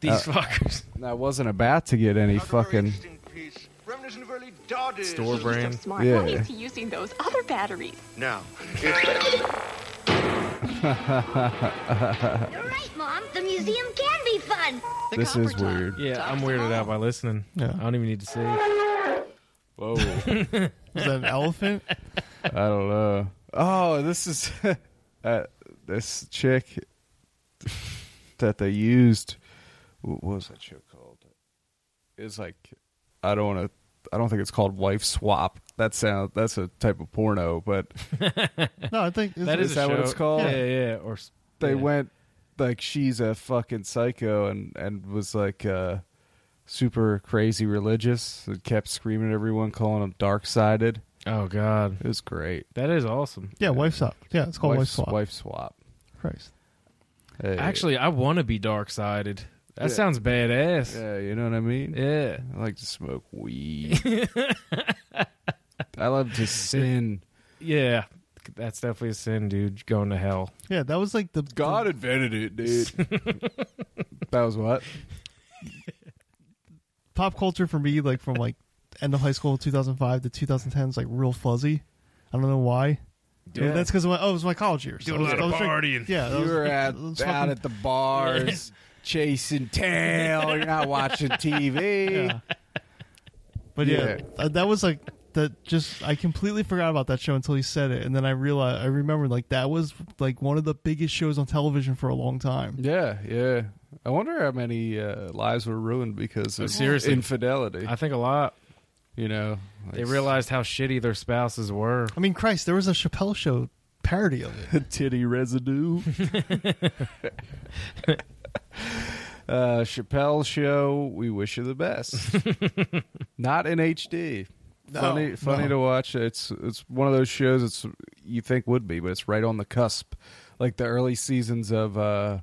Speaker 3: These
Speaker 1: Uh,
Speaker 3: fuckers.
Speaker 1: And I wasn't about to get any
Speaker 4: Not a very
Speaker 1: fucking.
Speaker 4: interesting piece. Reminiscent of early Doddies.
Speaker 3: Store brand.
Speaker 5: Smart.
Speaker 1: Yeah.
Speaker 5: Why is he using those other batteries?
Speaker 4: Now, it's
Speaker 6: You're right, Mom. The museum can be fun. The
Speaker 1: This
Speaker 6: copper
Speaker 1: is
Speaker 6: top.
Speaker 1: weird.
Speaker 3: Yeah, I'm weirded out by listening.
Speaker 2: Yeah.
Speaker 3: I don't even need to see.
Speaker 1: Whoa.
Speaker 2: Is that an elephant?
Speaker 1: I don't know. Oh, this is uh, this chick that they used. What was that show called? It's like I don't want to. I don't think it's called wife swap. That sound. That's a type of porno. But
Speaker 2: No, I think
Speaker 3: That is,
Speaker 1: Is that
Speaker 3: a
Speaker 1: what
Speaker 3: show.
Speaker 1: it's called?
Speaker 3: Yeah, yeah. Or s-
Speaker 1: they
Speaker 3: yeah.
Speaker 1: went like she's a fucking psycho and and was like uh, super crazy religious and kept screaming at everyone, calling them dark sided.
Speaker 3: Oh God,
Speaker 1: It was great.
Speaker 3: that is awesome.
Speaker 2: Yeah, wife swap. Yeah, it's called wife
Speaker 1: Wife's-
Speaker 2: swap.
Speaker 1: Wife swap.
Speaker 2: Christ.
Speaker 1: Hey.
Speaker 3: Actually, I want to be dark sided. That
Speaker 1: Yeah.
Speaker 3: sounds badass.
Speaker 1: Yeah, you know what I mean.
Speaker 3: Yeah.
Speaker 1: I like to smoke weed. I love to sin.
Speaker 3: Yeah. That's definitely a sin, dude. Going to hell.
Speaker 2: Yeah, that was like the
Speaker 1: God invented it, dude. that was what?
Speaker 2: the pop culture for me, like from like end of high school, 2005 to 2010 is like real fuzzy. I don't know why.
Speaker 1: Yeah.
Speaker 2: That's because my oh, it was my college years. I was- I was drinking-
Speaker 3: partying.
Speaker 2: yeah, that
Speaker 1: You
Speaker 2: was-
Speaker 1: were at,
Speaker 2: I was
Speaker 1: out
Speaker 2: fucking-
Speaker 1: at the bars chasing tail. You're not watching TV.
Speaker 2: Yeah. But yeah, uh, that was like that. Just I completely forgot about that show until he said it, and then I realized I remembered like that was like one of the biggest shows on television for a long time.
Speaker 1: Yeah, yeah. I wonder how many uh, lives were ruined because of
Speaker 3: Seriously.
Speaker 1: infidelity.
Speaker 3: I think a lot.
Speaker 1: you know,
Speaker 3: They realized how shitty their spouses were.
Speaker 2: I mean, Christ, there was a Chappelle show parody of it.
Speaker 1: titty residue. uh, Chappelle show. We wish you the best. Not in HD.
Speaker 2: No,
Speaker 1: funny, funny
Speaker 2: no.
Speaker 1: to watch. It's it's one of those shows. It's you think would be, but it's right on the cusp, like the early seasons of uh,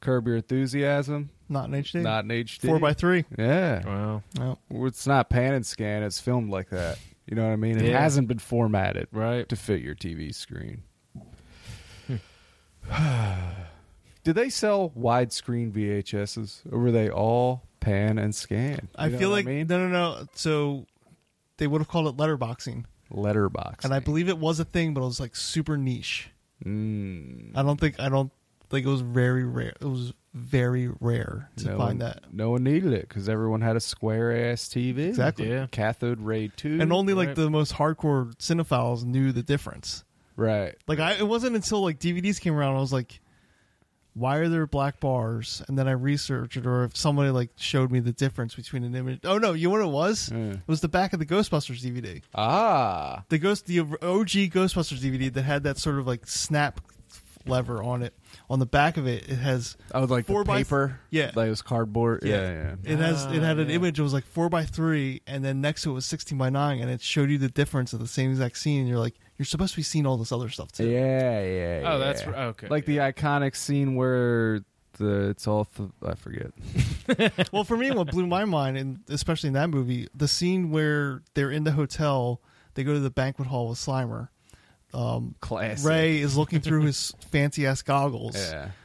Speaker 1: Curb Your Enthusiasm.
Speaker 2: Not in HD.
Speaker 1: Not in HD.
Speaker 2: four by three.
Speaker 1: Yeah,
Speaker 3: Wow.
Speaker 2: No.
Speaker 1: Well, it's not pan and scan. It's filmed like that.
Speaker 7: You know what I mean? It
Speaker 3: Yeah.
Speaker 7: hasn't been formatted
Speaker 3: Right.
Speaker 7: to fit your TV screen. Hmm. Did they sell widescreen VHSs, or were they all pan and scan?
Speaker 2: I
Speaker 7: You know
Speaker 2: feel
Speaker 7: what
Speaker 2: like
Speaker 7: I mean?
Speaker 2: no, no, no. So they would have called it letterboxing,
Speaker 7: letterbox,
Speaker 2: and I believe it was a thing, but it was like super niche.
Speaker 7: Mm,
Speaker 2: I don't think I don't think it was very rare. It was very rare to
Speaker 7: no one-
Speaker 2: find that,
Speaker 7: no one needed it because everyone had a square ass TV,
Speaker 2: Exactly.
Speaker 3: Yeah.
Speaker 7: cathode ray tube,
Speaker 2: and only like
Speaker 3: Right.
Speaker 2: the most hardcore cinephiles knew the difference.
Speaker 7: right.
Speaker 2: Like I, it wasn't until like DVDs came around, I was like, why are there black bars? And then I researched it, or if somebody like showed me the difference between an image. Oh no, you know what it was?
Speaker 7: Yeah.
Speaker 2: It was the back of the Ghostbusters DVD,
Speaker 7: Ah,
Speaker 2: the ghost, the OG Ghostbusters DVD that had that sort of like snap lever on it. On the back of it, it has
Speaker 7: I was like
Speaker 2: Four
Speaker 7: the
Speaker 2: by-
Speaker 7: paper,
Speaker 2: yeah.
Speaker 7: like it was cardboard, Oh, yeah, yeah.
Speaker 2: It has it had an
Speaker 3: yeah.
Speaker 2: image. It was like four by three, and then next to it was sixteen by nine, and it showed you the difference of the same exact scene. And you're like, you're supposed to be seeing all this other stuff too.
Speaker 7: Yeah, yeah.
Speaker 3: Oh, that's
Speaker 7: yeah.
Speaker 3: r- okay,
Speaker 7: Like the iconic scene where the it's all th- I forget.
Speaker 2: well, for me, what blew my mind, and especially in that movie, the scene where they're in the hotel, they go to the banquet hall with Slimer. um,
Speaker 7: Classic.
Speaker 2: Ray is looking through his fancy ass goggles.
Speaker 7: Yeah.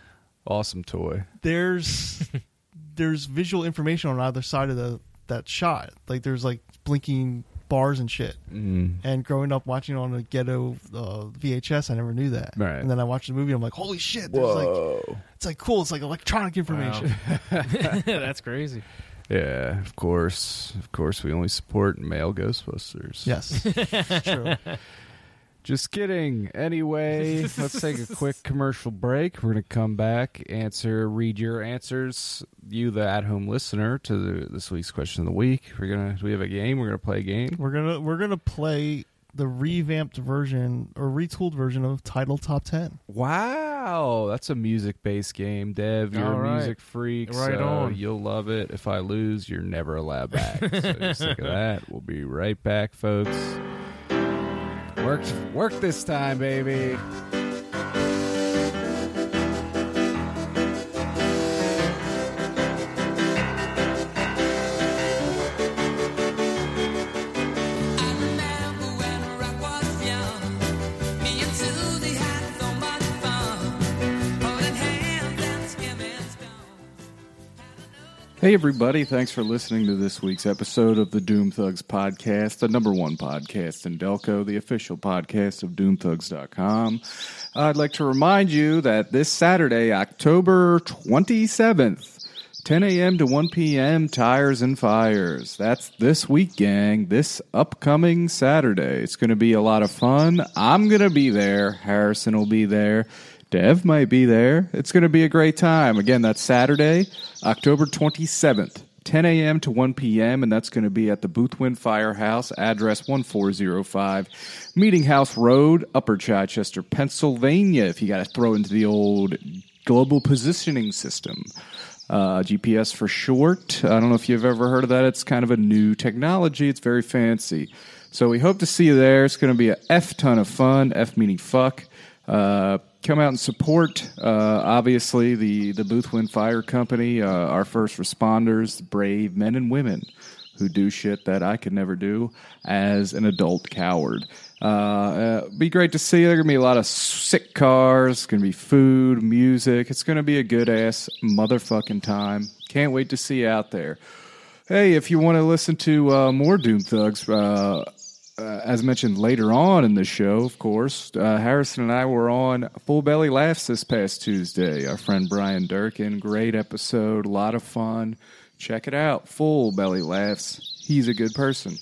Speaker 7: Awesome toy.
Speaker 2: There's there's visual information on either side of the that shot. Like there's like blinking bars and shit.
Speaker 7: Mm.
Speaker 2: And growing up watching it on a ghetto uh, VHS, I never knew that.
Speaker 7: Right.
Speaker 2: And then I watched the movie. I'm like, holy shit! There's like, it's like cool. It's like electronic information.
Speaker 3: that's crazy.
Speaker 7: Yeah, of course. Of course, we only support male Ghostbusters.
Speaker 2: Yes, true.
Speaker 7: Just kidding. Anyway, let's take a quick commercial break. We're going to come back, answer, read your answers, you, the at home listener, to the, this week's question of the week. We're going to, we have a game. We're going to play a game.
Speaker 2: We're gonna we're gonna play the revamped version or retooled version of Title Top Ten.
Speaker 7: Wow. That's a music based game, Dev. You're
Speaker 3: All
Speaker 7: a
Speaker 3: right.
Speaker 7: music freak.
Speaker 3: Right
Speaker 7: so
Speaker 3: on.
Speaker 7: You'll love it. If I lose, you're never allowed back. so just think of that. We'll be right back, folks. Worked, worked this time, baby.
Speaker 1: Hey, everybody. Thanks for listening to this week's episode of the Doom Thugs podcast, the number one podcast in Delco, the official podcast of DoomThugs.com. I'd like to remind you that this Saturday, October 27th, 10 a.m. to 1 p.m., Tires and Fires. That's this week, gang, this upcoming Saturday. It's going to be a lot of fun. I'm going to be there. Harrison will be there. Dev might be there. It's going to be a great time. Again, that's Saturday, October 27th, 10 a.m. to 1 p.m., and that's going to be at the Boothwin Firehouse, address 1405 Meeting House Road, Upper Chichester, Pennsylvania, if you got to throw into the old global positioning system. Uh, GPS for short. I don't know if you've ever heard of that. It's kind of a new technology. It's very fancy. So we hope to see you there. It's going to be a F ton of fun. F meaning fuck. Uh, come out and support. Uh, obviously, the the Boothwin Fire Company, uh, our first responders, the brave men and women who do shit that I could never do as an adult coward. Uh, uh, be great to see. you. There gonna be a lot of sick cars. Gonna be food, music. It's gonna be a good ass motherfucking time. Can't wait to see you out there. Hey, if you want to listen to uh, more Doom Thugs, uh, uh, as mentioned later on in the show, of course, uh, Harrison and I were on Full Belly Laughs this past Tuesday. Our friend Brian Durkin, great episode, a lot of fun. Check it out, Full Belly Laughs. He's a good person.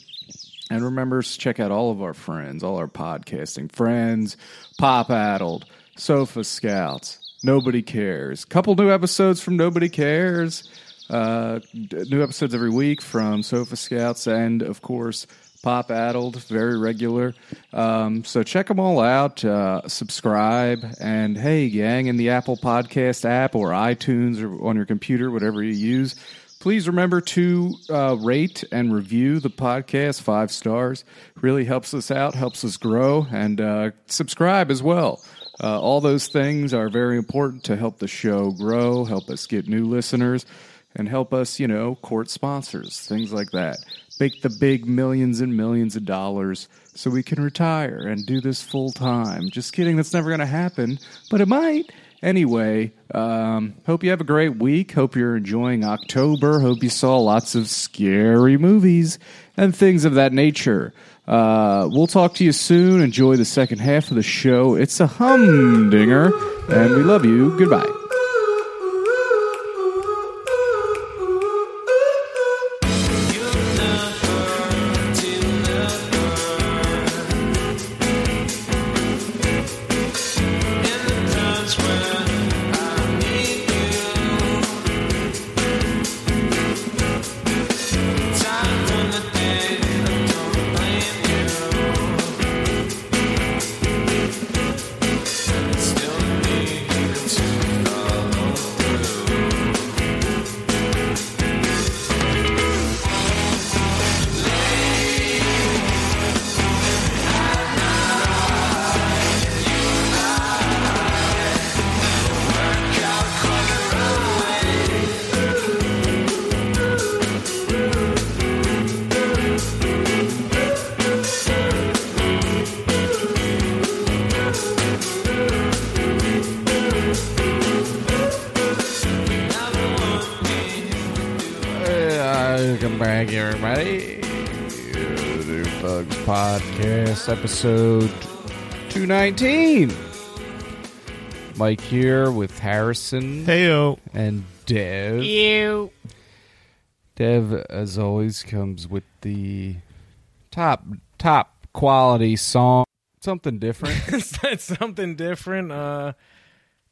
Speaker 1: And remember, to check out all of our friends, all our podcasting friends, Pop Addled, Sofa Scouts, Nobody Cares. Couple new episodes from Nobody Cares. Uh, d- new episodes every week from Sofa Scouts and, of course, Pop Addled, very regular. Um, so check them all out. Uh, subscribe. And hey, gang, in the Apple Podcast app or iTunes or on your computer, whatever you use, Please remember to uh, rate and review the podcast five stars. Really helps us out, helps us grow, and uh, subscribe as well. Uh, all those things are very important to help the show grow, help us get new listeners,
Speaker 8: and help us, you know, court sponsors, things like that. Make the big millions and millions of dollars so we can retire and do this full time. Just kidding, that's never going to happen, but it might. Anyway, um, hope you have a great week. Hope you're enjoying October. Hope you saw lots of scary movies and things of that nature. Uh, we'll talk to you soon. Enjoy the second half of the show. It's a humdinger, and we love you. Goodbye.
Speaker 1: Welcome back, everybody. New Bugs Podcast, episode 219. Mike here with Harrison
Speaker 2: Heyo.
Speaker 1: and Dev.
Speaker 3: You.
Speaker 1: Dev, as always, comes with the top top quality song. Something different.
Speaker 3: That's something different. Uh,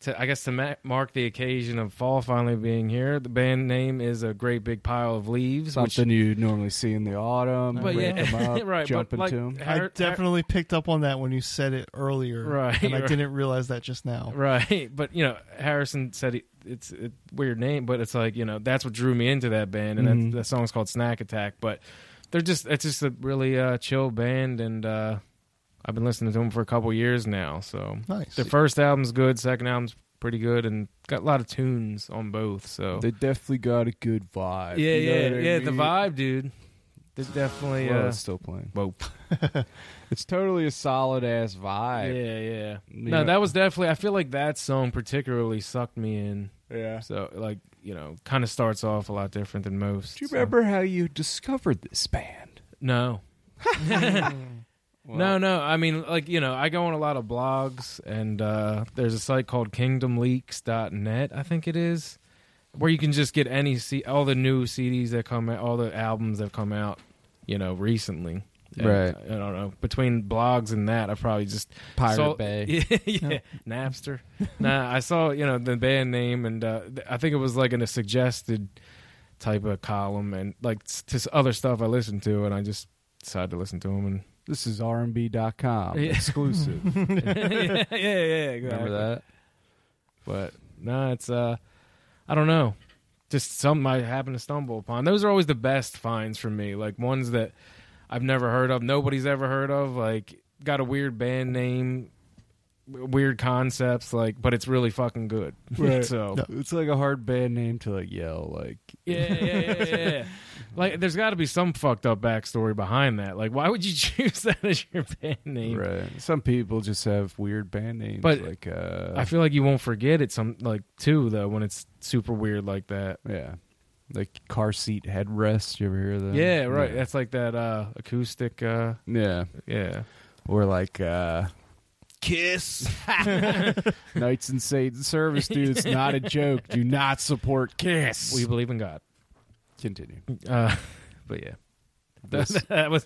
Speaker 3: to I guess to ma- mark the occasion of fall finally being here, the band name is a great big pile of leaves.
Speaker 1: Something you normally see in the autumn.
Speaker 3: But
Speaker 1: rake
Speaker 3: yeah.
Speaker 1: 'em up,
Speaker 3: Right, but
Speaker 1: jump into
Speaker 3: like-
Speaker 1: 'em.
Speaker 3: Har-
Speaker 2: I
Speaker 3: Har-
Speaker 2: definitely picked up on that when you said it earlier,
Speaker 3: Right,
Speaker 2: And I
Speaker 3: right.
Speaker 2: didn't realize that just now.
Speaker 3: Which, right, but you know, Harrison said he, it's a weird name, but it's like you know that's what drew me into that band, and
Speaker 1: Mhm.
Speaker 3: that, that song's called Snack Attack. But they're just it's just a really uh, chill band, and uh, I've been listening to them for a couple years now, so.
Speaker 2: Nice.
Speaker 3: Their first album's good, second album's pretty good, and got a lot of tunes on both. So
Speaker 1: They definitely got a good vibe.
Speaker 3: yeah,
Speaker 1: you know
Speaker 3: yeah,
Speaker 1: what I
Speaker 3: yeah. The
Speaker 1: mean?
Speaker 3: vibe, dude. There's definitely
Speaker 1: Well,
Speaker 3: uh,
Speaker 1: it's still playing.
Speaker 3: whoa.
Speaker 1: It's totally a solid ass
Speaker 3: Yeah,
Speaker 1: vibe.
Speaker 3: yeah.
Speaker 1: You
Speaker 3: No,
Speaker 1: know-
Speaker 3: that was definitely. I feel like that song particularly sucked me in.
Speaker 1: Yeah.
Speaker 3: So like you know, kind of starts off a lot different than most.
Speaker 1: Do you
Speaker 3: so-
Speaker 1: remember how you discovered this band?
Speaker 3: No. no, no. I mean, like, you know, I go on a lot of blogs, and uh, there's a site called kingdomleaks.net, I think it is, where you can just get any C- all the new CDs that come out, all the albums that come out, you know, recently. And,
Speaker 1: Right.
Speaker 3: I don't know. Between blogs and that, I probably just
Speaker 1: Pirate
Speaker 3: saw-
Speaker 1: Bay.
Speaker 3: yeah, yeah. Napster. nah, I saw you know the band name, and uh, th- I think it was like in a suggested type of column, and like s- just other stuff I listened to, and I just decided to listen to them.
Speaker 1: This is RMB.com
Speaker 3: Yeah.
Speaker 1: exclusive.
Speaker 3: And yeah, yeah, yeah, exactly.
Speaker 1: Remember that?
Speaker 3: But nah, it's uh, I don't know, just something I happen to stumble upon. Those are always the best finds for me, like ones that I've never heard of, nobody's ever heard of, like got a weird band name. w- Weird concepts, like, but it's really fucking good.
Speaker 1: Right.
Speaker 3: so,
Speaker 1: It's like a hard band name to like yell like
Speaker 3: Yeah, yeah, yeah, yeah, yeah. like, there's got to be some fucked up backstory behind that. Like, why would you choose that as your band name?
Speaker 1: right. Some people just have weird band names
Speaker 3: But
Speaker 1: like uh
Speaker 3: I feel like you won't forget it. Some like too though when it's super weird like that.
Speaker 1: yeah. Like car seat headrest, you ever hear that?
Speaker 3: Yeah, right. That's like that uh, acoustic. Uh,
Speaker 1: Yeah.
Speaker 3: yeah,
Speaker 1: Or like uh
Speaker 3: Kiss.
Speaker 1: Knights and Satan service, dude. It's not a joke. Do not support Kiss.
Speaker 3: We believe in God.
Speaker 1: continue.
Speaker 3: Uh, but yeah, that,
Speaker 1: This-
Speaker 3: that was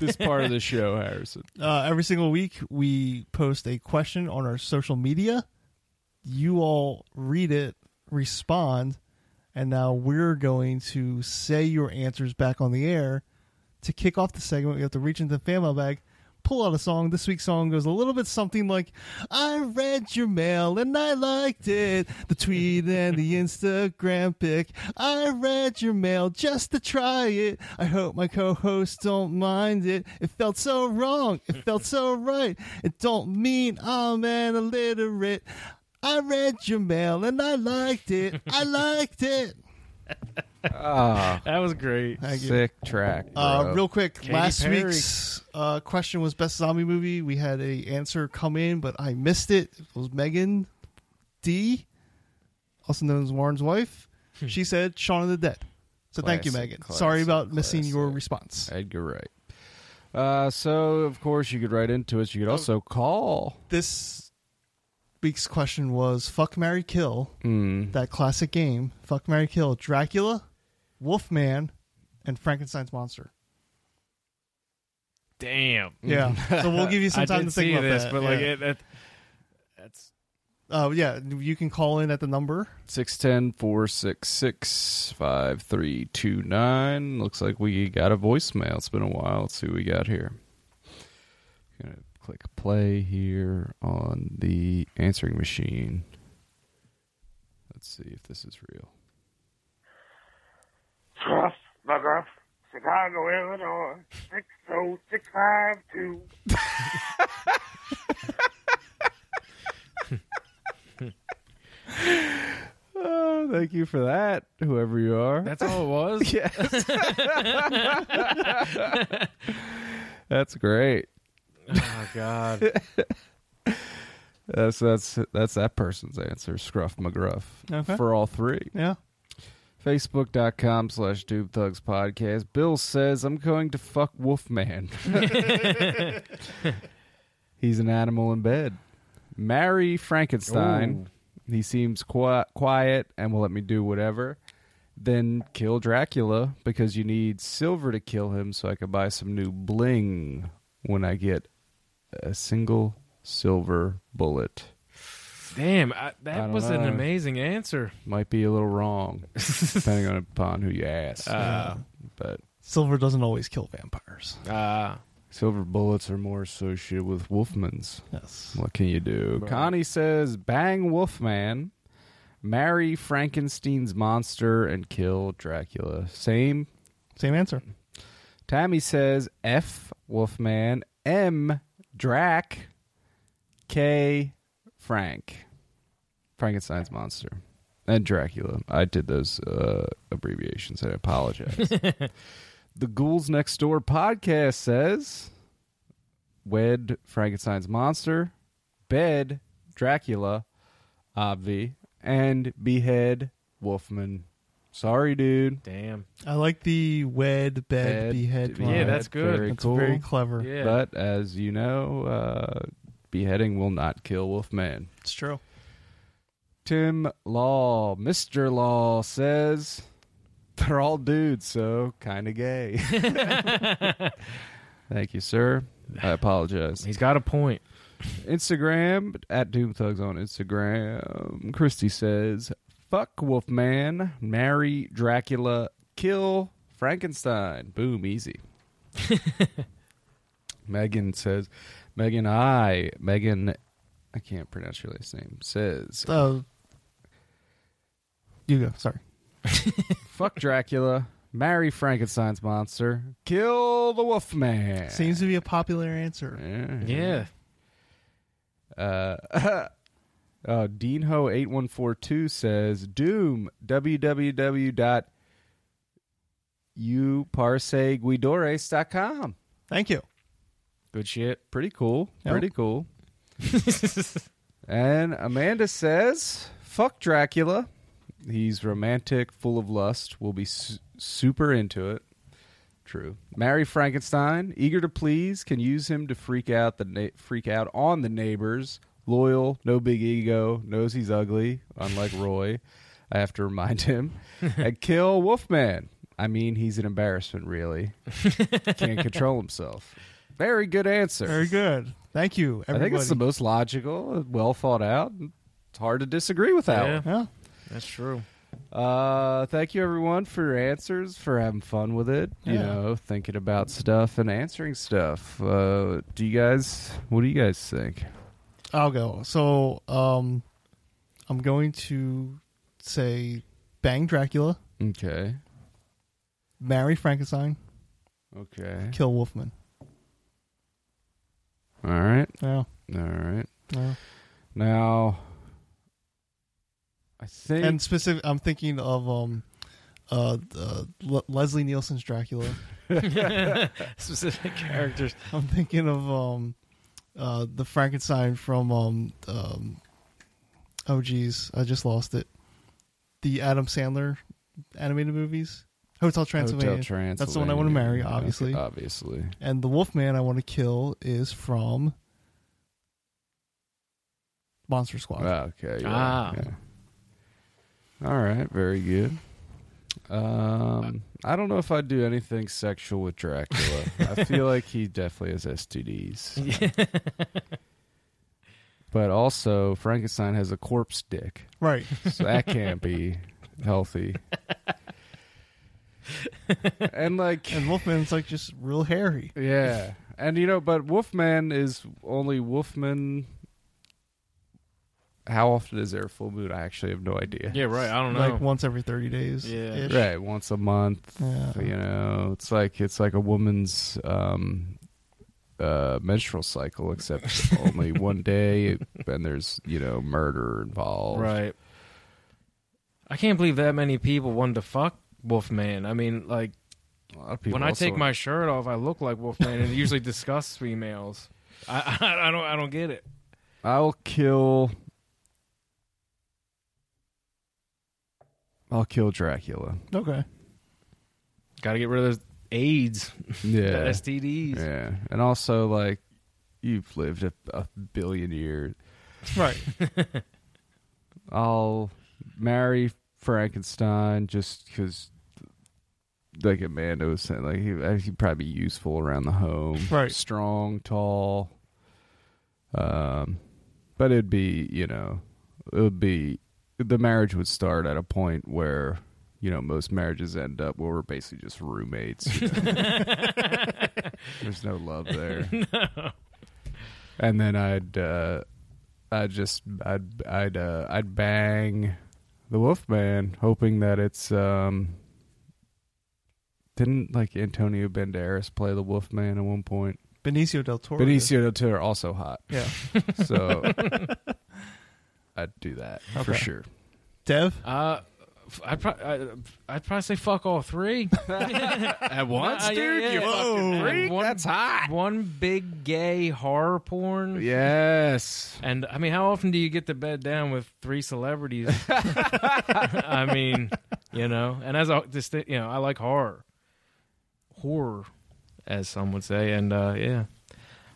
Speaker 1: this part of the show, Harrison.
Speaker 2: Uh, every single week, we post a question on our social media. You all read it, respond, and now we're going to say your answers back on the air. To kick off the segment, we have to reach into the fan mail bag, pull out a song. This week's song goes a little bit something like, I read your mail and I liked it. The tweet and the Instagram pic. I read your mail just to try it. I hope my co hosts don't mind it. It felt so wrong. It felt so right. It don't mean I'm an illiterate. I read your mail and I liked it. I liked it.
Speaker 3: That was great.
Speaker 2: Thank you.
Speaker 1: Sick track.
Speaker 2: Uh,
Speaker 1: bro.
Speaker 2: real quick,
Speaker 3: Katy
Speaker 2: last
Speaker 3: Perry.
Speaker 2: week's uh, question was best zombie movie. We had a answer come in, but I missed it. It was Megan D, also known as Warren's wife.
Speaker 3: Hmm.
Speaker 2: she said Shaun of the Dead. So thank you,
Speaker 1: Classic,
Speaker 2: Megan.
Speaker 1: classic,
Speaker 2: Sorry about missing your
Speaker 1: classic.
Speaker 2: response.
Speaker 1: Edgar Wright. Uh, so of course you could write into us. You
Speaker 3: Oh.
Speaker 1: could also call.
Speaker 2: This week's question was Fuck Mary Kill,
Speaker 3: Hmm.
Speaker 2: that classic game. Fuck Mary Kill, Dracula, Wolfman, and Frankenstein's Monster.
Speaker 3: Damn.
Speaker 2: Yeah. so we'll give you some
Speaker 3: Hmm. I
Speaker 2: time
Speaker 3: did
Speaker 2: to think
Speaker 3: see
Speaker 2: about
Speaker 3: this,
Speaker 2: that.
Speaker 3: but
Speaker 2: yeah.
Speaker 3: like it, that, that's
Speaker 2: Oh yeah, you can call in at the number.
Speaker 1: 610-466-5329. Looks like we got a voicemail. It's been a while. Let's see what we got here. Gonna click play here on the answering machine. Let's see if this is real.
Speaker 9: Truff McGruff, Chicago, Illinois, 60652.
Speaker 1: Oh, thank you for that, whoever you are.
Speaker 3: that's all it was. yeah.
Speaker 1: That's great.
Speaker 3: Oh God.
Speaker 1: That's that's that's that person's answer, Scruff McGruff.
Speaker 2: Okay.
Speaker 1: For all three.
Speaker 2: Yeah.
Speaker 1: Facebook.com slash Doob Thugs Podcast. Bill says, I'm going to fuck Wolfman. He's an animal in bed. Marry Frankenstein. He seems qui- quiet and will let me do whatever. Then kill Dracula because you need silver to kill him so I can buy some new bling when I get a single silver bullet.
Speaker 3: Damn. I,
Speaker 1: I
Speaker 3: that
Speaker 1: don't
Speaker 3: was an
Speaker 1: know.
Speaker 3: amazing answer.
Speaker 1: Might be a little wrong, depending on upon who you ask. but
Speaker 2: Silver doesn't always kill vampires.
Speaker 3: Uh,
Speaker 1: Silver bullets are more associated with Wolfmans.
Speaker 2: Yes.
Speaker 1: What can you do? Connie says, "Bang Wolfman, marry Frankenstein's monster, and kill Dracula." Same.
Speaker 2: Same answer.
Speaker 1: Tammy says, "F Wolfman, M Drac, K Frank, Frankenstein's monster, and Dracula." I did those uh, abbreviations. I apologize. the Ghouls Next Door podcast says, "Wed Frankenstein's monster, bed Dracula, obvi, and behead Wolfman." Sorry, dude.
Speaker 3: damn.
Speaker 2: I like the wed, bed,
Speaker 1: Bed,
Speaker 2: behead. line.
Speaker 3: Yeah, that's good.
Speaker 1: Very
Speaker 2: That's
Speaker 1: cool.
Speaker 2: very clever.
Speaker 3: Yeah.
Speaker 1: But as you know, uh, beheading will not kill Wolfman.
Speaker 2: It's true.
Speaker 1: Tim Law, Mr. Law says they're all dudes, so kind of gay. Thank you, sir. I apologize.
Speaker 3: He's got a point.
Speaker 1: Instagram at Doom Thugs on Instagram. Christy says, "Fuck Wolfman, marry Dracula, kill Frankenstein." Boom, easy. Megan says, "Megan, I Megan, I can't pronounce your last name." Says,
Speaker 2: Uh, you go. Sorry.
Speaker 1: "Fuck Dracula, marry Frankenstein's monster, kill the Wolfman."
Speaker 2: Seems to be a popular answer.
Speaker 1: Yeah.
Speaker 3: Yeah.
Speaker 1: Uh, Deanho8142 says Doom www.uparseguidores.com.
Speaker 2: Thank you.
Speaker 3: Good shit.
Speaker 1: Pretty cool.
Speaker 2: Yep.
Speaker 1: Pretty cool. and Amanda says, fuck Dracula. He's romantic, full of lust, will be su- super into it. True. Marry Frankenstein, eager to please, can use him to freak out the na- freak out on the neighbors. Loyal, no big ego, knows he's ugly, unlike Roy. I have to remind him. and kill Wolfman. I mean, he's an embarrassment, really. Can't control himself. Very good answer.
Speaker 2: Very good. Thank you,
Speaker 1: I
Speaker 2: everybody.
Speaker 1: think it's the most logical, well thought out. It's hard to disagree with that.
Speaker 3: Yeah.
Speaker 1: one.
Speaker 2: yeah.
Speaker 3: That's true.
Speaker 1: Uh, thank you everyone for your answers, for having fun with it. You
Speaker 2: Yeah.
Speaker 1: know, thinking about stuff and answering stuff. Uh, do you guys? What do you guys think?
Speaker 2: I'll go. So, um, I'm going to say, bang Dracula,
Speaker 1: Okay.
Speaker 2: marry Frankenstein,
Speaker 1: Okay.
Speaker 2: kill Wolfman.
Speaker 1: All right.
Speaker 2: Yeah.
Speaker 1: All right.
Speaker 2: yeah.
Speaker 1: Now, I think
Speaker 2: And specific, I'm thinking of um, uh, uh, Le- Leslie Nielsen's Dracula.
Speaker 3: specific characters.
Speaker 2: I'm thinking of um, uh, the Frankenstein from um, um, oh geez, I just lost it. The Adam Sandler animated movies, Hotel Transylvania.
Speaker 1: Hotel Transylvania.
Speaker 2: That's the one I want to marry, obviously.
Speaker 1: Okay, obviously.
Speaker 2: And the Wolfman I want to kill is from Monster Squad.
Speaker 1: Okay. yeah,
Speaker 3: Ah.
Speaker 1: yeah. All right. Very good. Um, I don't know if I'd do anything sexual with Dracula. I feel like he definitely has STDs. But also, Frankenstein has a corpse dick,
Speaker 2: Right.
Speaker 1: so that can't be healthy. and like,
Speaker 2: And Wolfman's like just real hairy.
Speaker 1: yeah. And you know, but Wolfman is only Wolfman. How often is there a full moon? I actually have no idea.
Speaker 3: Yeah, right. I don't know.
Speaker 2: Like once every thirty days.
Speaker 3: Yeah.
Speaker 2: ish.
Speaker 1: Right, once a month.
Speaker 2: Yeah.
Speaker 1: You know, it's like it's like a woman's um uh menstrual cycle except only one day and there's, you know, murder involved.
Speaker 3: Right. I can't believe that many people wanted to fuck Wolfman. I mean, like
Speaker 1: A lot of people
Speaker 3: when I
Speaker 1: also-
Speaker 3: take my shirt off, I look like Wolfman, and it usually disgusts females. I, I I don't I don't get it.
Speaker 1: I'll kill I'll kill Dracula.
Speaker 2: Okay.
Speaker 3: Got to get rid of those AIDS, the
Speaker 1: Yeah.
Speaker 3: STDs.
Speaker 1: Yeah, and also like you've lived a, a billion years.
Speaker 2: Right.
Speaker 1: I'll marry Frankenstein just because, like Amanda was saying, like he uh, he'd probably be useful around the home.
Speaker 2: Right.
Speaker 1: strong, tall. Um, but it'd be you know, it would be the marriage would start at a point where. You know, most marriages end up where we're basically just roommates. you know. There's no love there and then I'd uh, I'd just I'd I'd uh, I'd bang the Wolfman, hoping that it's um. Didn't like Antonio Banderas play the Wolfman at one point?
Speaker 2: Benicio del Toro.
Speaker 1: Benicio del Toro also hot,
Speaker 2: Yeah.
Speaker 1: so I'd do that for
Speaker 2: Okay.
Speaker 1: sure.
Speaker 2: Dev?
Speaker 3: Uh, f- I'd, pro- I, I'd probably say fuck all three at once, dude. you fucking freak. One, That's hot. One big gay horror porn.
Speaker 1: Yes,
Speaker 3: And I mean, how often do you get to bed down with three celebrities? I mean, you know. And as a distinct, you know, I like horror, horror, as some would say. And uh, yeah,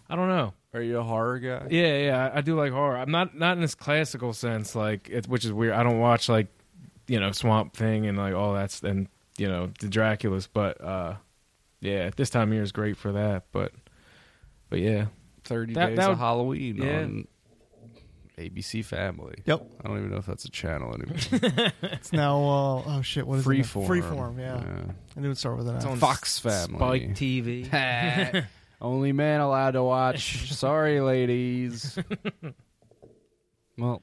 Speaker 3: I don't know.
Speaker 1: are you a horror guy?
Speaker 3: Yeah, yeah, I I do like horror. I'm not not in this classical sense, like it, which is weird. I don't watch like you know Swamp Thing and like all that's and you know the Draculas, but uh yeah, this time of year is great for that. But but yeah,
Speaker 1: Thirty
Speaker 3: That-
Speaker 1: days
Speaker 3: that
Speaker 1: of
Speaker 3: would-
Speaker 1: Halloween
Speaker 3: yeah.
Speaker 1: on ABC Family.
Speaker 2: Yep.
Speaker 1: I don't even know if that's a channel anymore.
Speaker 2: It's now uh, oh shit, what is it? now?
Speaker 1: Freeform.
Speaker 2: Freeform, yeah. And it would start with an
Speaker 3: it's
Speaker 2: F.
Speaker 3: on
Speaker 1: Fox
Speaker 3: S-
Speaker 1: Family.
Speaker 3: Spike TV.
Speaker 1: Only men allowed to watch. Sorry, ladies. well,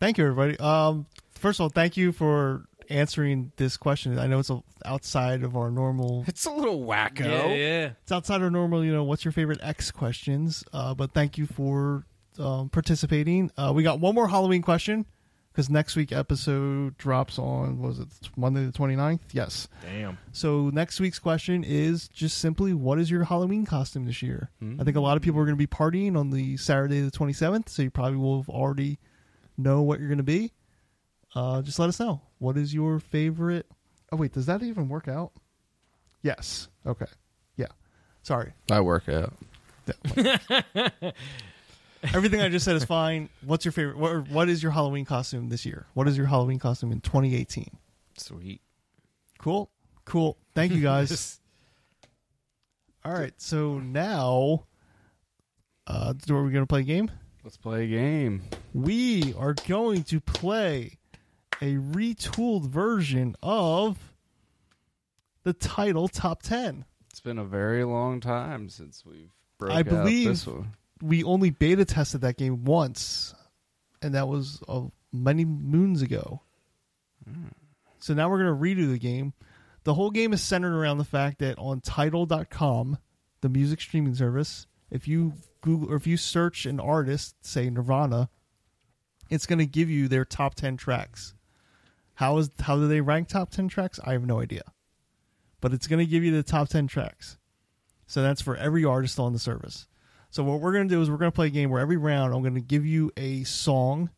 Speaker 2: Thank you, everybody. Um, first of all, thank you for answering this question. I know it's a, outside of our normal.
Speaker 1: it's a little wacko.
Speaker 3: Yeah, yeah.
Speaker 2: It's outside our normal. You know, what's your favorite X questions? Uh, but thank you for um, participating. Uh, we got one more Halloween question because next week episode drops on what was it Monday the 29th? Yes.
Speaker 3: Damn.
Speaker 2: So next week's question is just simply, what is your Halloween costume this year? I think a lot of people are going to be partying on the Saturday the 27th, so you probably will have already know what you're going to be. Uh, just let us know. What is your favorite? Oh wait, does that even work out? Yes. Okay. Yeah. Sorry.
Speaker 1: I work out.
Speaker 2: Everything I just said is fine. What's your favorite? What, what is your Halloween costume this year? What is your Halloween costume in 2018?
Speaker 3: Sweet.
Speaker 2: Cool. Cool. Thank you guys. All right. So now uh do- are we going to play a game?
Speaker 1: Let's play a game.
Speaker 2: We are going to play a retooled version of the title top 10.
Speaker 1: It's been a very long time since we've broke
Speaker 2: I
Speaker 1: out
Speaker 2: believe-
Speaker 1: this one.
Speaker 2: We only beta tested that game once, and that was uh, many moons ago. So now we're going to redo the game. The whole game is centered around the fact that on title.com, the music streaming service, if you Google or if you search an artist, say Nirvana, it's going to give you their top 10 tracks. How is how do they rank top ten tracks? I have no idea, but it's going to give you the top ten tracks. So that's for every artist on the service. So what we're going to do is we're going to play a game where every round I'm going to give you a song,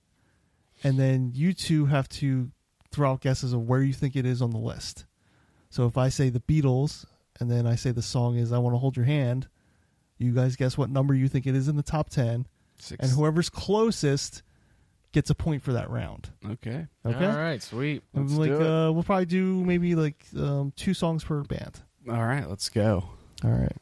Speaker 2: and then you two have to throw out guesses of where you think it is on the list. So if I say the Beatles, and then I say the song is "I Want to Hold Your Hand," you guys guess what number you think it is in the top ten,
Speaker 1: Six.
Speaker 2: and whoever's closest gets a point for that round.
Speaker 1: okay.
Speaker 2: Okay.
Speaker 3: All right, sweet.
Speaker 2: And,
Speaker 1: Let's
Speaker 2: like
Speaker 1: do it.
Speaker 2: uh we'll probably do maybe like um two songs per band.
Speaker 1: All right, let's go.
Speaker 2: All right.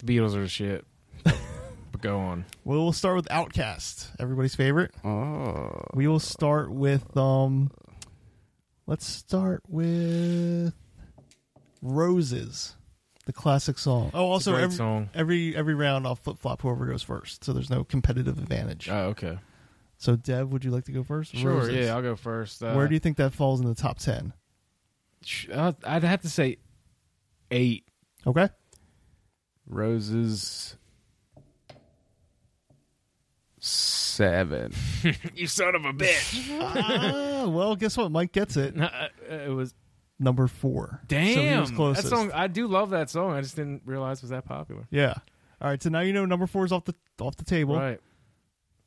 Speaker 3: The Beatles are the shit. but go on.
Speaker 2: Well, we'll start with Outcast, everybody's favorite.
Speaker 1: Oh,
Speaker 2: We will start with um let's start with Roses, the classic song. Oh,
Speaker 3: It's
Speaker 2: also
Speaker 3: a great
Speaker 2: every,
Speaker 3: song.
Speaker 2: every every round I'll flip flop whoever goes first, so there's no competitive advantage.
Speaker 3: Oh, okay.
Speaker 2: so Dev, would you like to go first?
Speaker 3: Sure.
Speaker 2: Roses.
Speaker 3: Yeah, I'll go first. Uh,
Speaker 2: Where do you think that falls in the top 10?
Speaker 3: sh- uh, I'd have to say eight.
Speaker 2: Okay?
Speaker 1: roses. Seven.
Speaker 3: You son of a bitch.
Speaker 2: ah, well, guess what? Mike gets it.
Speaker 3: uh, it was
Speaker 2: Number 4. So he
Speaker 3: damn.
Speaker 2: was closest.
Speaker 3: that song. I do love that song. I just didn't realize it was that popular.
Speaker 2: Yeah. All right. So now you know number four is off the off the table.
Speaker 3: right.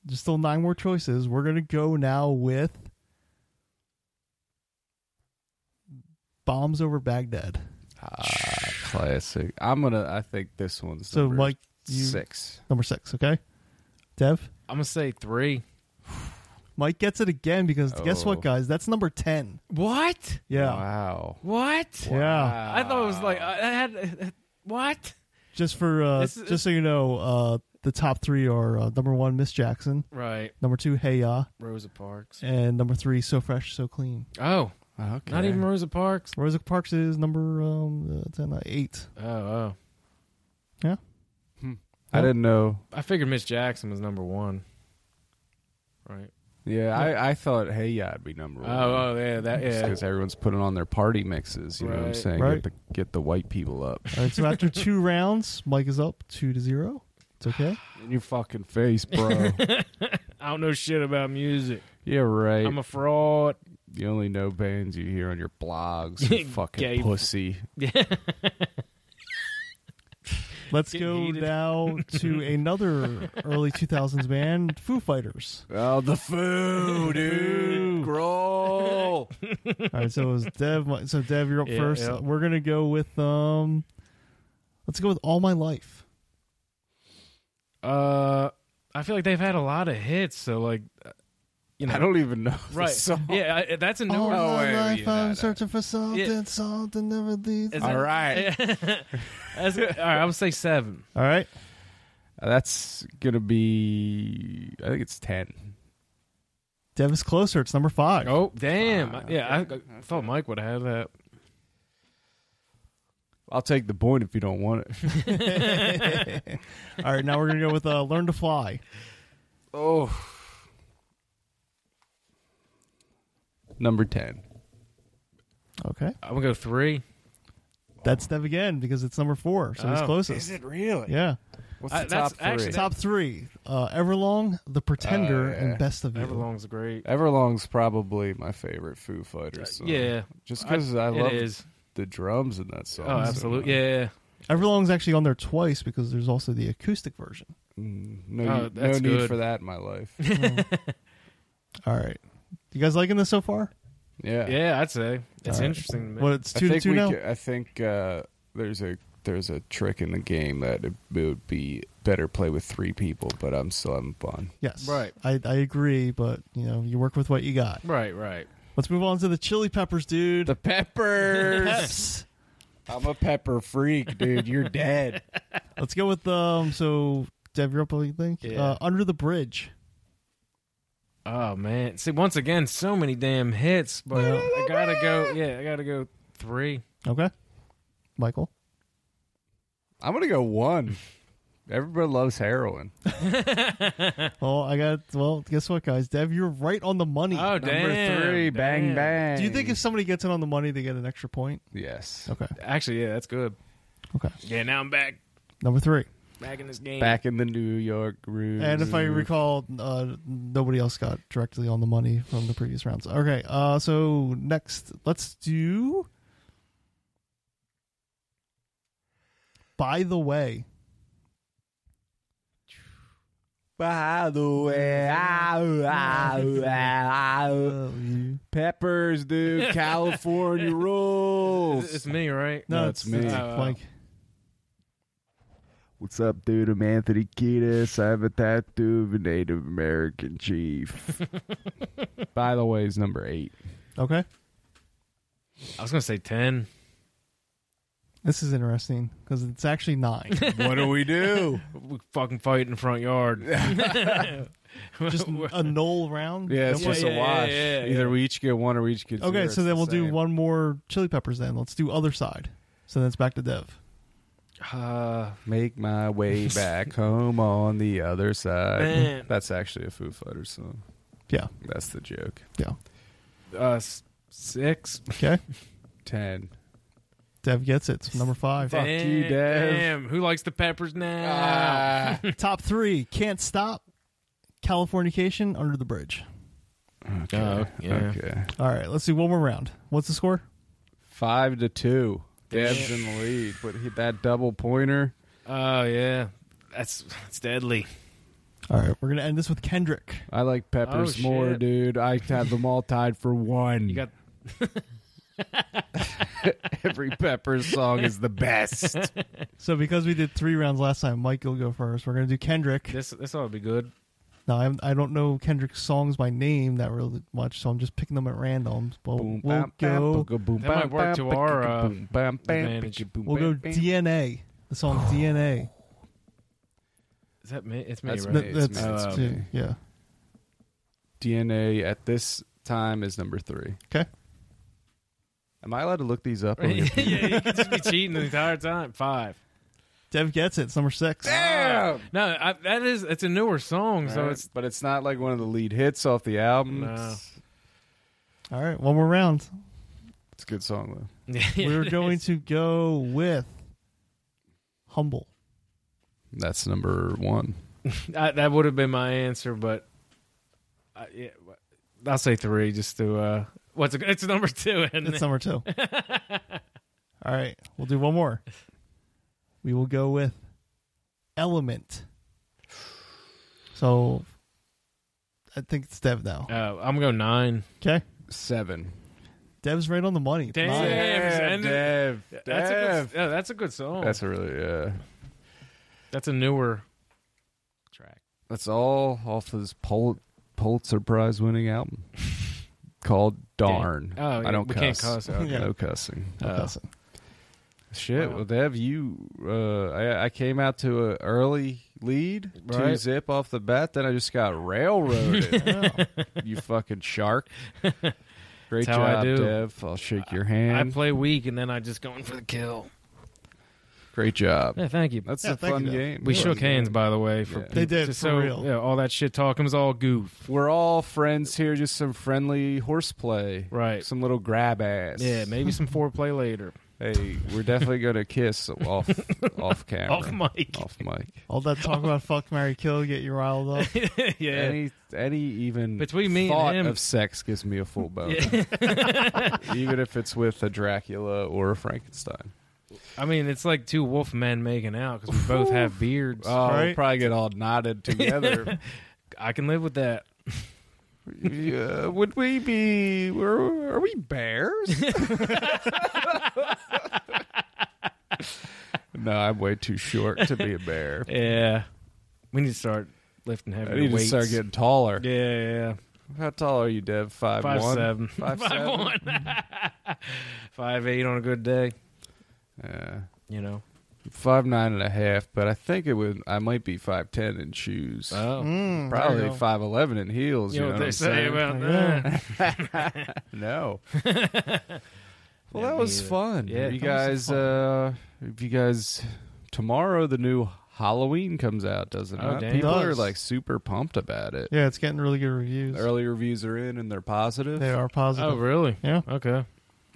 Speaker 2: There's still nine more choices. We're gonna go now with bombs over Baghdad.
Speaker 1: Ah, classic. I'm gonna. I think this one's
Speaker 2: So
Speaker 1: number
Speaker 2: Mike, you,
Speaker 1: six.
Speaker 2: number six. Okay. Dev,
Speaker 3: I'm gonna say three.
Speaker 2: Mike gets it again because guess
Speaker 1: Oh.
Speaker 2: what, guys? That's number ten.
Speaker 3: What?
Speaker 2: Yeah.
Speaker 1: Wow.
Speaker 3: What?
Speaker 2: Yeah.
Speaker 3: I thought it was like I I had what?
Speaker 2: Just for uh,
Speaker 3: This is-
Speaker 2: just so you know, uh, the top three are uh, number one, Miss Jackson.
Speaker 3: Right.
Speaker 2: Number two, Hey Ya,
Speaker 3: Rosa Parks.
Speaker 2: and number three, So Fresh, So Clean.
Speaker 3: Oh,
Speaker 1: Okay.
Speaker 3: not even Rosa Parks.
Speaker 2: Rosa Parks is number um, uh, 10, uh, eight.
Speaker 3: Oh, oh.
Speaker 1: I didn't know.
Speaker 3: I figured Miss Jackson was number one. Right.
Speaker 1: Yeah, I, I thought Hey Ya would be number one.
Speaker 3: Oh, oh, yeah, that yeah.
Speaker 1: because everyone's putting on their party mixes. You know what I'm
Speaker 3: Right.
Speaker 1: saying?
Speaker 2: Right.
Speaker 1: Get the get the white people up
Speaker 2: All right, so after two rounds, Mike is up two to zero. It's okay.
Speaker 1: in your fucking face, bro.
Speaker 3: I don't know shit about music.
Speaker 1: yeah, right.
Speaker 3: I'm a fraud.
Speaker 1: you only know bands you hear on your blogs. You fucking
Speaker 3: Gay.
Speaker 1: pussy.
Speaker 2: Let's
Speaker 3: Getting
Speaker 2: go
Speaker 3: heated.
Speaker 2: now to another early 2000s band, Foo Fighters.
Speaker 1: Oh, the food, dude. Growl.
Speaker 2: All right, so it was Dev. Mi- So Dev, you're up
Speaker 3: Yeah,
Speaker 2: first.
Speaker 3: yeah.
Speaker 2: We're gonna go with um, let's go with All My Life.
Speaker 3: Uh, I feel like they've had a lot of hits, so like, uh, you know,
Speaker 1: I don't even know. the
Speaker 3: right.
Speaker 1: song.
Speaker 3: Yeah, I, that's a new Oh,
Speaker 2: All
Speaker 3: one.
Speaker 1: no,
Speaker 2: my
Speaker 1: wait,
Speaker 2: life,
Speaker 1: you know
Speaker 2: I'm
Speaker 1: that.
Speaker 2: searching for something,
Speaker 3: Yeah.
Speaker 2: something never leaves.
Speaker 3: Is
Speaker 2: All
Speaker 3: that-
Speaker 1: All right.
Speaker 3: That's- all right, I would say seven.
Speaker 2: right,
Speaker 1: Uh, That's gonna be. I think it's ten.
Speaker 2: Dev is closer. It's number five.
Speaker 3: Oh, damn. yeah, I, I thought Mike would have had
Speaker 1: I'll take the point if you don't want it.
Speaker 2: All right, now we're gonna go with uh, Learn to Fly.
Speaker 1: oh. Number ten.
Speaker 2: Okay,
Speaker 3: that. I'm gonna go three.
Speaker 2: that's Dev again because it's number four, so he's
Speaker 3: Oh.
Speaker 2: closest.
Speaker 1: it really?
Speaker 2: Yeah.
Speaker 1: What's
Speaker 3: Uh,
Speaker 1: the
Speaker 3: that's
Speaker 1: top three?
Speaker 3: actually-
Speaker 2: Top three: uh, Everlong, The Pretender,
Speaker 1: Oh, yeah.
Speaker 2: and Best of You.
Speaker 3: Everlong's great.
Speaker 1: Everlong's probably my favorite Foo Fighters song.
Speaker 3: Uh, Yeah,
Speaker 1: just because I,
Speaker 3: it
Speaker 1: love
Speaker 3: is.
Speaker 1: the drums in that song. uh,
Speaker 3: Oh, absolutely. Yeah,
Speaker 2: Everlong's actually on there twice because there's also the acoustic version.
Speaker 1: mm, no,
Speaker 3: Oh,
Speaker 1: no
Speaker 3: that's
Speaker 1: need
Speaker 3: good.
Speaker 1: for that in my life.
Speaker 2: All right, you guys liking this so far?
Speaker 1: Yeah,
Speaker 3: yeah. I'd say it's
Speaker 2: All right.
Speaker 3: interesting. To me.
Speaker 2: Well, it's
Speaker 1: I
Speaker 2: two to
Speaker 1: think
Speaker 2: two
Speaker 1: we
Speaker 2: now.
Speaker 1: ca- I think uh, there's a there's a trick in the game that it, it would be better play with three people, but I'm still having fun.
Speaker 2: Yes,
Speaker 3: Right.
Speaker 2: I, I agree, but you know you work with what you got.
Speaker 3: Right, right.
Speaker 2: Let's move on to the Chili Peppers, dude.
Speaker 1: The peppers.
Speaker 2: Peps.
Speaker 1: I'm a pepper freak, dude. You're dead.
Speaker 2: Let's go with um. So Dev, you're up, I think.
Speaker 3: Yeah.
Speaker 2: Uh, Under the Bridge.
Speaker 3: Oh man! See, once again, so many damn hits, but I gotta go. Yeah, I gotta go three.
Speaker 2: Okay, Michael.
Speaker 1: I'm gonna go one. Everybody loves heroin.
Speaker 2: Oh, I got. Well, guess what, guys? Dev, you're right on the money.
Speaker 3: Oh
Speaker 1: Number
Speaker 3: damn!
Speaker 1: three, bang
Speaker 3: damn.
Speaker 1: bang.
Speaker 2: Do you think if somebody gets it on the money, they get an extra point?
Speaker 1: yes?
Speaker 2: Okay.
Speaker 3: Actually, yeah, that's good.
Speaker 2: Okay.
Speaker 3: Yeah, now I'm back.
Speaker 2: Number three.
Speaker 3: Back in this game.
Speaker 1: Back in the New York room.
Speaker 2: And if I recall, uh, nobody else got directly on the money from the previous rounds. Okay, uh, so next, let's do. By the way,
Speaker 1: By the way, ow, ow, ow, ow.
Speaker 2: Oh, you-
Speaker 1: peppers, dude. California
Speaker 3: It's,
Speaker 1: rules.
Speaker 3: it's me, right?
Speaker 1: No, it's me.
Speaker 3: Oh.
Speaker 2: Like,
Speaker 1: What's up, dude? I'm Anthony Kiedis. I'm a tattoo of a Native American chief. By the way, is number eight.
Speaker 2: okay,
Speaker 3: I was gonna say ten.
Speaker 2: this is interesting because it's actually nine.
Speaker 1: What do we do?
Speaker 3: We fucking fight in the front yard.
Speaker 2: Just a null round.
Speaker 1: Yeah, it's
Speaker 2: No
Speaker 1: just
Speaker 3: yeah,
Speaker 1: a
Speaker 3: yeah,
Speaker 1: wash.
Speaker 3: yeah, yeah.
Speaker 1: Either we each get one or we each get
Speaker 2: Okay,
Speaker 1: zero.
Speaker 2: so
Speaker 1: It's
Speaker 2: then
Speaker 1: the
Speaker 2: we'll do
Speaker 1: same.
Speaker 2: one more chili peppers. Then let's do other side. So that's back to Dev.
Speaker 3: Uh,
Speaker 1: Make my way back home on the other side.
Speaker 3: Man.
Speaker 1: That's actually a Foo Fighters song.
Speaker 2: Yeah,
Speaker 1: That's the joke.
Speaker 2: yeah.
Speaker 3: uh, s- six.
Speaker 2: Okay,
Speaker 1: Ten.
Speaker 2: Dev gets it. It's number five.
Speaker 1: Fuck you, Dev. Ah,
Speaker 3: Damn, who likes the peppers now? Uh,
Speaker 2: Top three. Can't stop. Californication under the bridge.
Speaker 1: okay.
Speaker 3: Oh, yeah.
Speaker 1: Okay.
Speaker 2: All right, let's do one more round. What's the score?
Speaker 1: Five to two. Dev's in the lead, but he, that double pointer.
Speaker 3: Oh yeah, that's it's deadly.
Speaker 2: All right, we're gonna end this with Kendrick.
Speaker 1: I like peppers
Speaker 3: Oh,
Speaker 1: more,
Speaker 3: shit.
Speaker 1: dude. I have them all tied for one.
Speaker 3: You got
Speaker 1: every peppers song is the best.
Speaker 2: So because we did three rounds last time, Mike, you'll go first. We're gonna do Kendrick.
Speaker 3: this. This ought to be good.
Speaker 2: Now I'm, I don't know Kendrick's songs by name that really much, so I'm just picking them at random. But
Speaker 1: Boom,
Speaker 2: we'll
Speaker 1: bam, bam,
Speaker 2: go.
Speaker 1: boom, boom,
Speaker 3: That might
Speaker 1: bam,
Speaker 3: work
Speaker 1: bam,
Speaker 3: to
Speaker 1: bam,
Speaker 3: our, uh,
Speaker 1: boom, bam, bam,
Speaker 3: advantage.
Speaker 1: boom,
Speaker 2: We'll go
Speaker 1: bam, bam.
Speaker 2: DNA. The song DNA.
Speaker 3: Is that me? It's me, Oh.
Speaker 1: That's
Speaker 3: right?
Speaker 1: me.
Speaker 2: that's
Speaker 1: it's
Speaker 3: it's
Speaker 2: two.
Speaker 1: me.
Speaker 2: yeah.
Speaker 1: DNA at this time is number three.
Speaker 2: Okay.
Speaker 1: Am I allowed to look these up? on your-
Speaker 3: yeah, you could just be cheating the entire time. Five.
Speaker 2: Dev gets it. It's number six.
Speaker 1: Damn.
Speaker 3: No, I, that is it's a newer song, so it's
Speaker 1: but it's not like one of the lead hits off the album.
Speaker 3: No.
Speaker 1: It's,
Speaker 2: All right, one more round.
Speaker 1: it's a good song though.
Speaker 2: We're going to go with humble.
Speaker 1: That's number one.
Speaker 3: I, that would have been my answer, but I, yeah, I'll say three just to uh, what's it, it's number two, and
Speaker 2: It's number two. All right, we'll do one more. We will go with element. So I think it's Dev now.
Speaker 3: uh, I'm gonna go nine.
Speaker 2: Okay,
Speaker 1: Seven.
Speaker 2: Dev's right on the money.
Speaker 3: Damn,
Speaker 2: Nine.
Speaker 3: it's
Speaker 1: Damn,
Speaker 3: ended-
Speaker 1: Dev. Dev.
Speaker 3: That's a good, yeah, that's a good song.
Speaker 1: That's a really yeah.
Speaker 3: That's a newer track.
Speaker 1: That's all off this Pul- Pulitzer Prize winning album called Darn.
Speaker 3: Damn. Oh, yeah,
Speaker 1: I don't
Speaker 3: we
Speaker 1: cuss.
Speaker 3: can't cuss, okay.
Speaker 1: No cussing.
Speaker 2: Okay, so-
Speaker 1: Shit.
Speaker 3: Wow.
Speaker 1: Well, Dev, you, uh, I, I came out to an early lead, two
Speaker 3: Right.
Speaker 1: zip off the bat. Then I just got railroaded.
Speaker 2: Oh.
Speaker 1: you fucking shark. Great
Speaker 3: That's how I
Speaker 1: job,
Speaker 3: do.
Speaker 1: Dev. I'll shake your hand.
Speaker 3: I play weak, and then I just go in for the kill.
Speaker 1: Great job.
Speaker 3: Yeah, thank you.
Speaker 1: That's
Speaker 2: Yeah,
Speaker 1: a
Speaker 2: thank
Speaker 1: fun
Speaker 2: you, Dev.
Speaker 1: game.
Speaker 3: we
Speaker 1: Yeah.
Speaker 3: shook hands, by the way. For
Speaker 1: Yeah.
Speaker 2: They did,
Speaker 3: just
Speaker 2: for
Speaker 3: so,
Speaker 2: real.
Speaker 3: Yeah, all that shit talking was all goof.
Speaker 1: We're all friends here, just some friendly horseplay.
Speaker 3: Right.
Speaker 1: Some little grab ass.
Speaker 3: Yeah, maybe some foreplay later.
Speaker 1: Hey, we're definitely gonna kiss off off camera,
Speaker 3: Off mic.
Speaker 1: off mic.
Speaker 2: All that talk about fuck, Mary kill, get you riled up.
Speaker 3: yeah.
Speaker 1: Any any even
Speaker 3: Between me and
Speaker 1: thought
Speaker 3: him.
Speaker 1: of sex gives me a full bonus, even if it's with a Dracula or a Frankenstein.
Speaker 3: I mean, it's like two wolf men making out because we both have beards.
Speaker 1: Oh, we'll
Speaker 2: Right?
Speaker 1: probably get all knotted together.
Speaker 3: I can live with that.
Speaker 1: Yeah, would we be? Are, are we bears? no, I'm way too short to be a bear.
Speaker 3: Yeah. We need to start lifting heavy
Speaker 1: I need
Speaker 3: weights.
Speaker 1: to start getting taller.
Speaker 3: yeah, yeah.
Speaker 1: How tall are you, Dev? Five,
Speaker 3: Five
Speaker 1: one?
Speaker 3: seven.
Speaker 1: Five, seven?
Speaker 3: Five eight on a good day.
Speaker 1: Yeah.
Speaker 3: You know.
Speaker 1: Five nine and a half, but I think it would. I might be five ten in shoes.
Speaker 3: Oh.
Speaker 2: Mm, there you
Speaker 1: Probably
Speaker 2: go.
Speaker 1: five eleven in heels.
Speaker 3: You know what
Speaker 1: what
Speaker 3: they
Speaker 1: I'm
Speaker 3: say
Speaker 1: saying?
Speaker 3: about
Speaker 2: Yeah.
Speaker 3: that.
Speaker 1: no. well,
Speaker 3: Yeah,
Speaker 1: that
Speaker 3: me
Speaker 1: was
Speaker 3: either.
Speaker 1: fun.
Speaker 3: Yeah,
Speaker 1: you
Speaker 2: that
Speaker 1: guys.
Speaker 2: was fun.
Speaker 1: Uh, if you guys tomorrow, the new Halloween comes out, doesn't
Speaker 3: Oh,
Speaker 1: it?
Speaker 3: damn.
Speaker 1: People
Speaker 2: It
Speaker 1: are
Speaker 2: does.
Speaker 1: like super pumped about it.
Speaker 2: Yeah, it's getting really good reviews.
Speaker 1: Early reviews are in, and they're positive.
Speaker 2: They are positive.
Speaker 3: Oh, really?
Speaker 2: Yeah.
Speaker 3: Okay.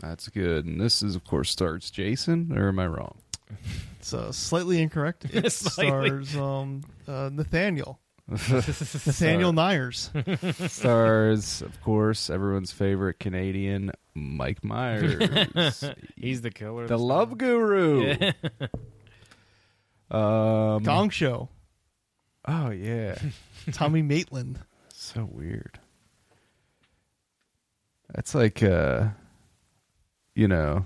Speaker 1: That's good. And this is, of course, starts Jason. Or am I wrong?
Speaker 2: It's uh, slightly incorrect. It
Speaker 3: Slightly.
Speaker 2: stars um, uh, Nathaniel. Nathaniel Nyers.
Speaker 1: Stars, of course, everyone's favorite Canadian, Mike Myers,
Speaker 3: Uh, He's the killer.
Speaker 1: the love guru. Um,
Speaker 2: Gong Show.
Speaker 1: oh yeah,
Speaker 2: Tommy Maitland.
Speaker 1: so weird. That's like, uh, you know, I'm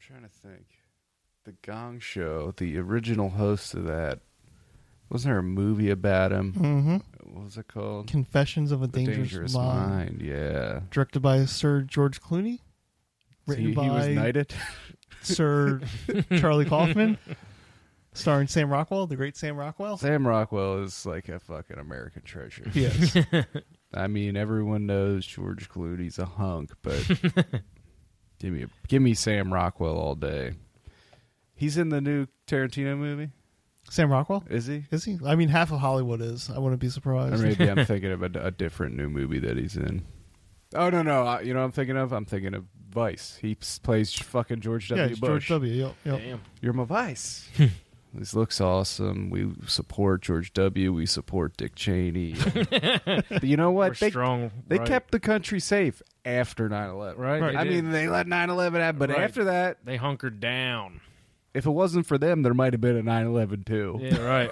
Speaker 1: trying to think. The Gong Show, the original host of that, wasn't there a movie about him?
Speaker 2: hmm
Speaker 1: What was it called?
Speaker 2: Confessions of a
Speaker 1: The
Speaker 2: Dangerous, Mind.
Speaker 1: Mind. Yeah.
Speaker 2: Directed by Sir George Clooney.
Speaker 1: So
Speaker 2: Written
Speaker 1: he,
Speaker 2: by
Speaker 1: he was knighted.
Speaker 2: Sir Charlie Kaufman. Starring Sam Rockwell, the great Sam Rockwell.
Speaker 1: Sam Rockwell is like a fucking American treasure.
Speaker 2: Yes.
Speaker 1: I mean, everyone knows George Clooney's a hunk, but give me a, give me Sam Rockwell all day. He's in the new Tarantino movie,
Speaker 2: Sam Rockwell?
Speaker 1: is he?
Speaker 2: Is he? I mean, half of Hollywood is. I wouldn't be surprised.
Speaker 1: Or maybe I'm thinking of a, a different new movie that he's in. Oh no, no, I, you know what I'm thinking of? I'm thinking of Vice. He s- plays fucking George
Speaker 2: yeah,
Speaker 1: W.
Speaker 2: it's
Speaker 1: Bush.
Speaker 2: George W. Yep, yep.
Speaker 3: Damn.
Speaker 1: You're my vice. this looks awesome. We support George W. We support Dick Cheney. But you know
Speaker 3: We're
Speaker 1: what? They,
Speaker 3: strong.
Speaker 1: they
Speaker 3: right.
Speaker 1: kept the country safe after 9 11.
Speaker 3: Right, Right. they
Speaker 1: I
Speaker 3: did.
Speaker 1: mean, they let 9 11 happen, but
Speaker 3: Right.
Speaker 1: after that,
Speaker 3: They hunkered down.
Speaker 1: if it wasn't for them, there might have been a 9 11 too.
Speaker 3: Yeah, right.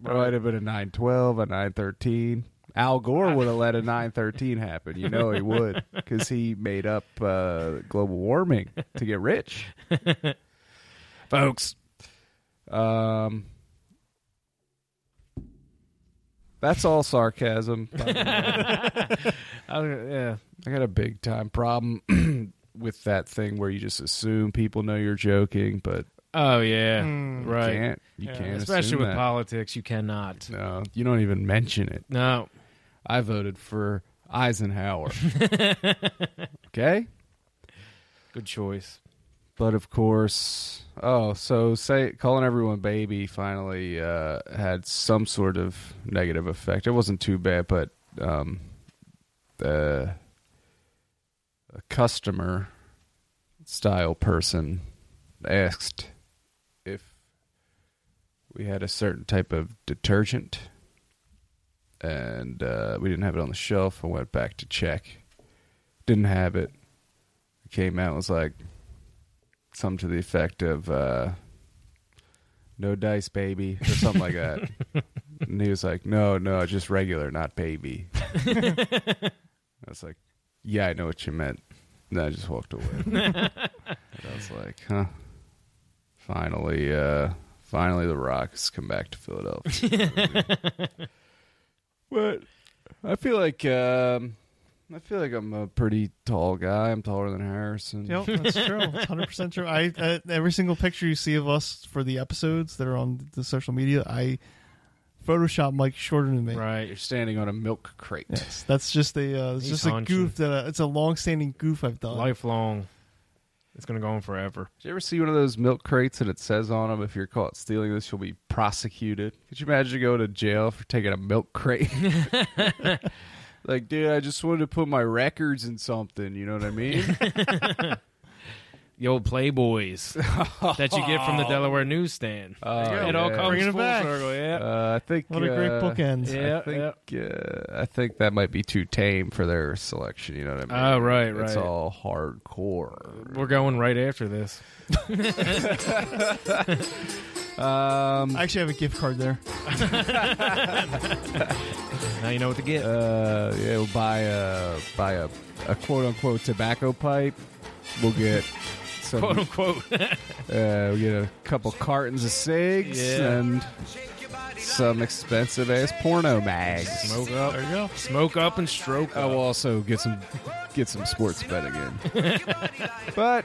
Speaker 1: There might have been a 9 12, a 9 13. Al Gore would have let a 9 13 happen. You know he would because he made up uh, global warming to get rich. Folks. Um, that's all sarcasm. by the way.
Speaker 3: I, don't- yeah.
Speaker 1: I got a big time problem with that thing where you just assume people know you're joking, but
Speaker 3: Oh yeah.
Speaker 2: Mm.
Speaker 1: you
Speaker 3: right.
Speaker 1: Hmm. can't. You
Speaker 3: Yeah,
Speaker 1: can't.
Speaker 3: Especially
Speaker 1: assume
Speaker 3: with
Speaker 1: that.
Speaker 3: politics, you cannot.
Speaker 1: No, you don't even mention it.
Speaker 3: No.
Speaker 1: I voted for Eisenhower. okay?
Speaker 3: Good choice.
Speaker 1: But of course, oh, so say calling everyone baby finally uh, had some sort of negative effect. It wasn't too bad, but um, uh, a customer style person asked if we had a certain type of detergent, and uh, we didn't have it on the shelf. I went back to check, didn't have it. Came out and was like, some to the effect of uh, "No dice, baby" or something like that. and he was like, "No, no, just regular, not baby." I was like, "Yeah, I know what you meant." And I just walked away. And I was like, "Huh." Finally, uh, finally, the Rocks come back to Philadelphia. but I feel like um, I feel like I'm a pretty tall guy. I'm taller than Harrison.
Speaker 2: Yep, that's true. It's 100% true. I, I every single picture you see of us for the episodes that are on the social media, I Photoshop Mike shorter than me.
Speaker 3: Right.
Speaker 1: You're standing on a milk crate.
Speaker 2: Yes, that's just a uh, it's
Speaker 3: He's
Speaker 2: just a
Speaker 3: haunchy.
Speaker 2: goof that uh, it's a long-standing goof I've done.
Speaker 3: Lifelong. It's gonna go on forever.
Speaker 1: Did you ever see one of those milk crates and it says on them, if you're caught stealing this, you'll be prosecuted? Could you imagine going to jail for taking a milk crate? like, dude, I just wanted to put my records in something. You know what I mean?
Speaker 3: The old Playboys that you get from the Delaware newsstand.
Speaker 1: There you
Speaker 3: it
Speaker 1: go.
Speaker 3: all
Speaker 1: yeah.
Speaker 3: comes
Speaker 2: Bringing it
Speaker 3: full
Speaker 2: back.
Speaker 3: circle. Yeah.
Speaker 1: Uh, I think
Speaker 2: What a great
Speaker 1: uh,
Speaker 2: bookend.
Speaker 3: yeah.
Speaker 1: I think
Speaker 3: yeah.
Speaker 1: uh, I think that might be too tame for their selection. You know what I mean?
Speaker 3: Oh, right,
Speaker 1: It's
Speaker 3: right.
Speaker 1: all hardcore.
Speaker 3: We're going right after this.
Speaker 2: I actually have a gift card there.
Speaker 3: Now you know what to get.
Speaker 1: uh, yeah, we'll buy a buy a, a quote unquote tobacco pipe. We'll get some,
Speaker 3: quote unquote.
Speaker 1: uh, we get a couple cartons of cigs
Speaker 3: Yeah.
Speaker 1: and some expensive ass porno mags.
Speaker 3: Smoke up. There you go. Smoke up and stroke
Speaker 1: I
Speaker 3: up.
Speaker 1: will also get some get some sports betting in. but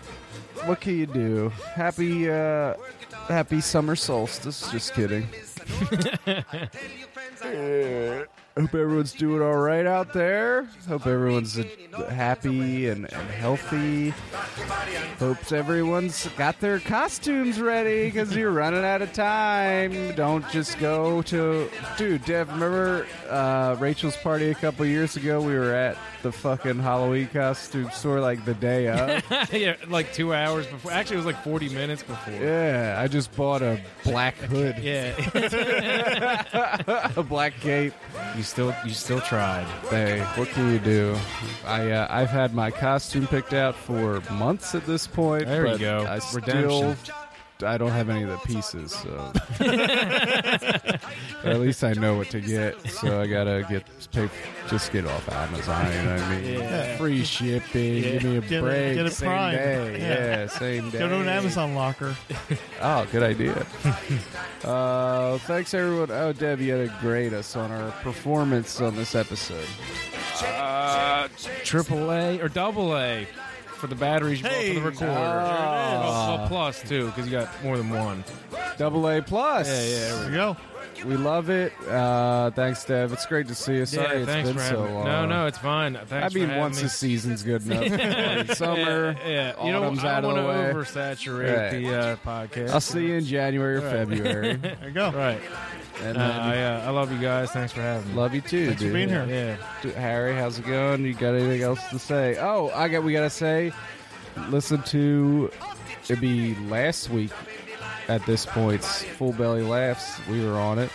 Speaker 1: what can you do? Happy uh, happy summer solstice. Just kidding. Uh, Hope everyone's doing all right out there. Hope everyone's uh, happy and, and healthy. Hopes everyone's got their costumes ready because you're running out of time. Don't just go to. Dude, Dev, remember uh, Rachel's party a couple years ago? We were at the fucking Halloween costume store like the day of.
Speaker 3: yeah, like two hours before. Actually, it was like 40 minutes before.
Speaker 1: yeah, I just bought a black hood,
Speaker 3: Yeah.
Speaker 1: a black cape.
Speaker 3: you still you still tried.
Speaker 1: Hey, what can you do? I uh, I've had my costume picked out for months at this point.
Speaker 3: There you
Speaker 1: but
Speaker 3: go.
Speaker 1: I still
Speaker 3: Redemption.
Speaker 1: I don't have any of the pieces, so Or at least I know what to get. So I gotta get pick, just get off Amazon. You know what I mean?
Speaker 3: Yeah.
Speaker 1: Free shipping. Give me a
Speaker 2: Get it-
Speaker 1: break.
Speaker 2: get it
Speaker 1: same
Speaker 2: primed.
Speaker 1: day.
Speaker 2: Yeah.
Speaker 1: Yeah. same day.
Speaker 2: Go to an Amazon locker.
Speaker 1: Oh, good idea. uh, thanks everyone. Oh, Deb, you had to grade us on our performance on this episode.
Speaker 3: Triple A or double A for the batteries you bought for the recorder.
Speaker 1: Ah.
Speaker 3: Well, plus too, because you got more than one.
Speaker 1: Double A plus.
Speaker 3: Yeah, yeah, there
Speaker 2: There
Speaker 3: we
Speaker 2: you go.
Speaker 1: We love it. Uh, thanks, Dev. It's great to see you. Sorry,
Speaker 3: yeah,
Speaker 1: it's
Speaker 3: thanks
Speaker 1: been
Speaker 3: for
Speaker 1: so
Speaker 3: having me.
Speaker 1: long.
Speaker 3: No, no, it's fine. Thanks
Speaker 1: I
Speaker 3: for
Speaker 1: mean,
Speaker 3: having
Speaker 1: once
Speaker 3: me.
Speaker 1: the season's good enough, summer,
Speaker 3: Yeah, yeah. You don't,
Speaker 1: autumn's
Speaker 3: I
Speaker 1: out of
Speaker 3: don't
Speaker 1: the
Speaker 3: want
Speaker 1: way.
Speaker 3: to oversaturate
Speaker 1: Right.
Speaker 3: the uh, podcast.
Speaker 1: I'll see you in January or February.
Speaker 2: There you go.
Speaker 3: Right.
Speaker 1: and
Speaker 3: Uh,
Speaker 1: then,
Speaker 3: yeah, I love you guys. Thanks for having me.
Speaker 1: love you too.
Speaker 2: Thanks for
Speaker 1: dude.
Speaker 2: being here.
Speaker 3: yeah.
Speaker 1: D- Harry, how's it going? You got anything else to say? Oh, I got. We gotta say, listen to it'd be last week at this point. Full belly laughs. We were on it.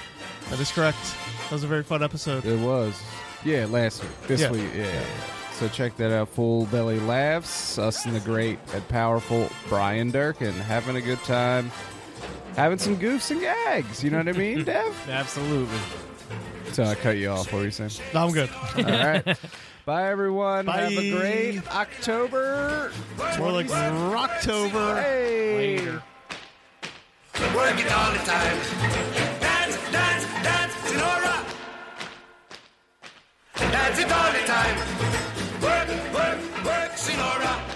Speaker 2: That is correct. That was a very fun episode.
Speaker 1: It was. Yeah, last week. This
Speaker 2: Yeah.
Speaker 1: week, yeah. So check that out. Full Belly Laughs, us and the great and powerful Brian Durkin having a good time, having some goofs and gags. You know what I mean, Dev?
Speaker 3: Absolutely.
Speaker 1: So I cut you off. What were you saying?
Speaker 2: No, I'm good.
Speaker 1: All right. Bye, everyone.
Speaker 2: Bye.
Speaker 1: Have a great October.
Speaker 2: It's more like Rocktober.
Speaker 1: Hey.
Speaker 10: Work it all the time. Dance, dance, dance, Sonora. Dance it all the time. Work, work, work, Sonora.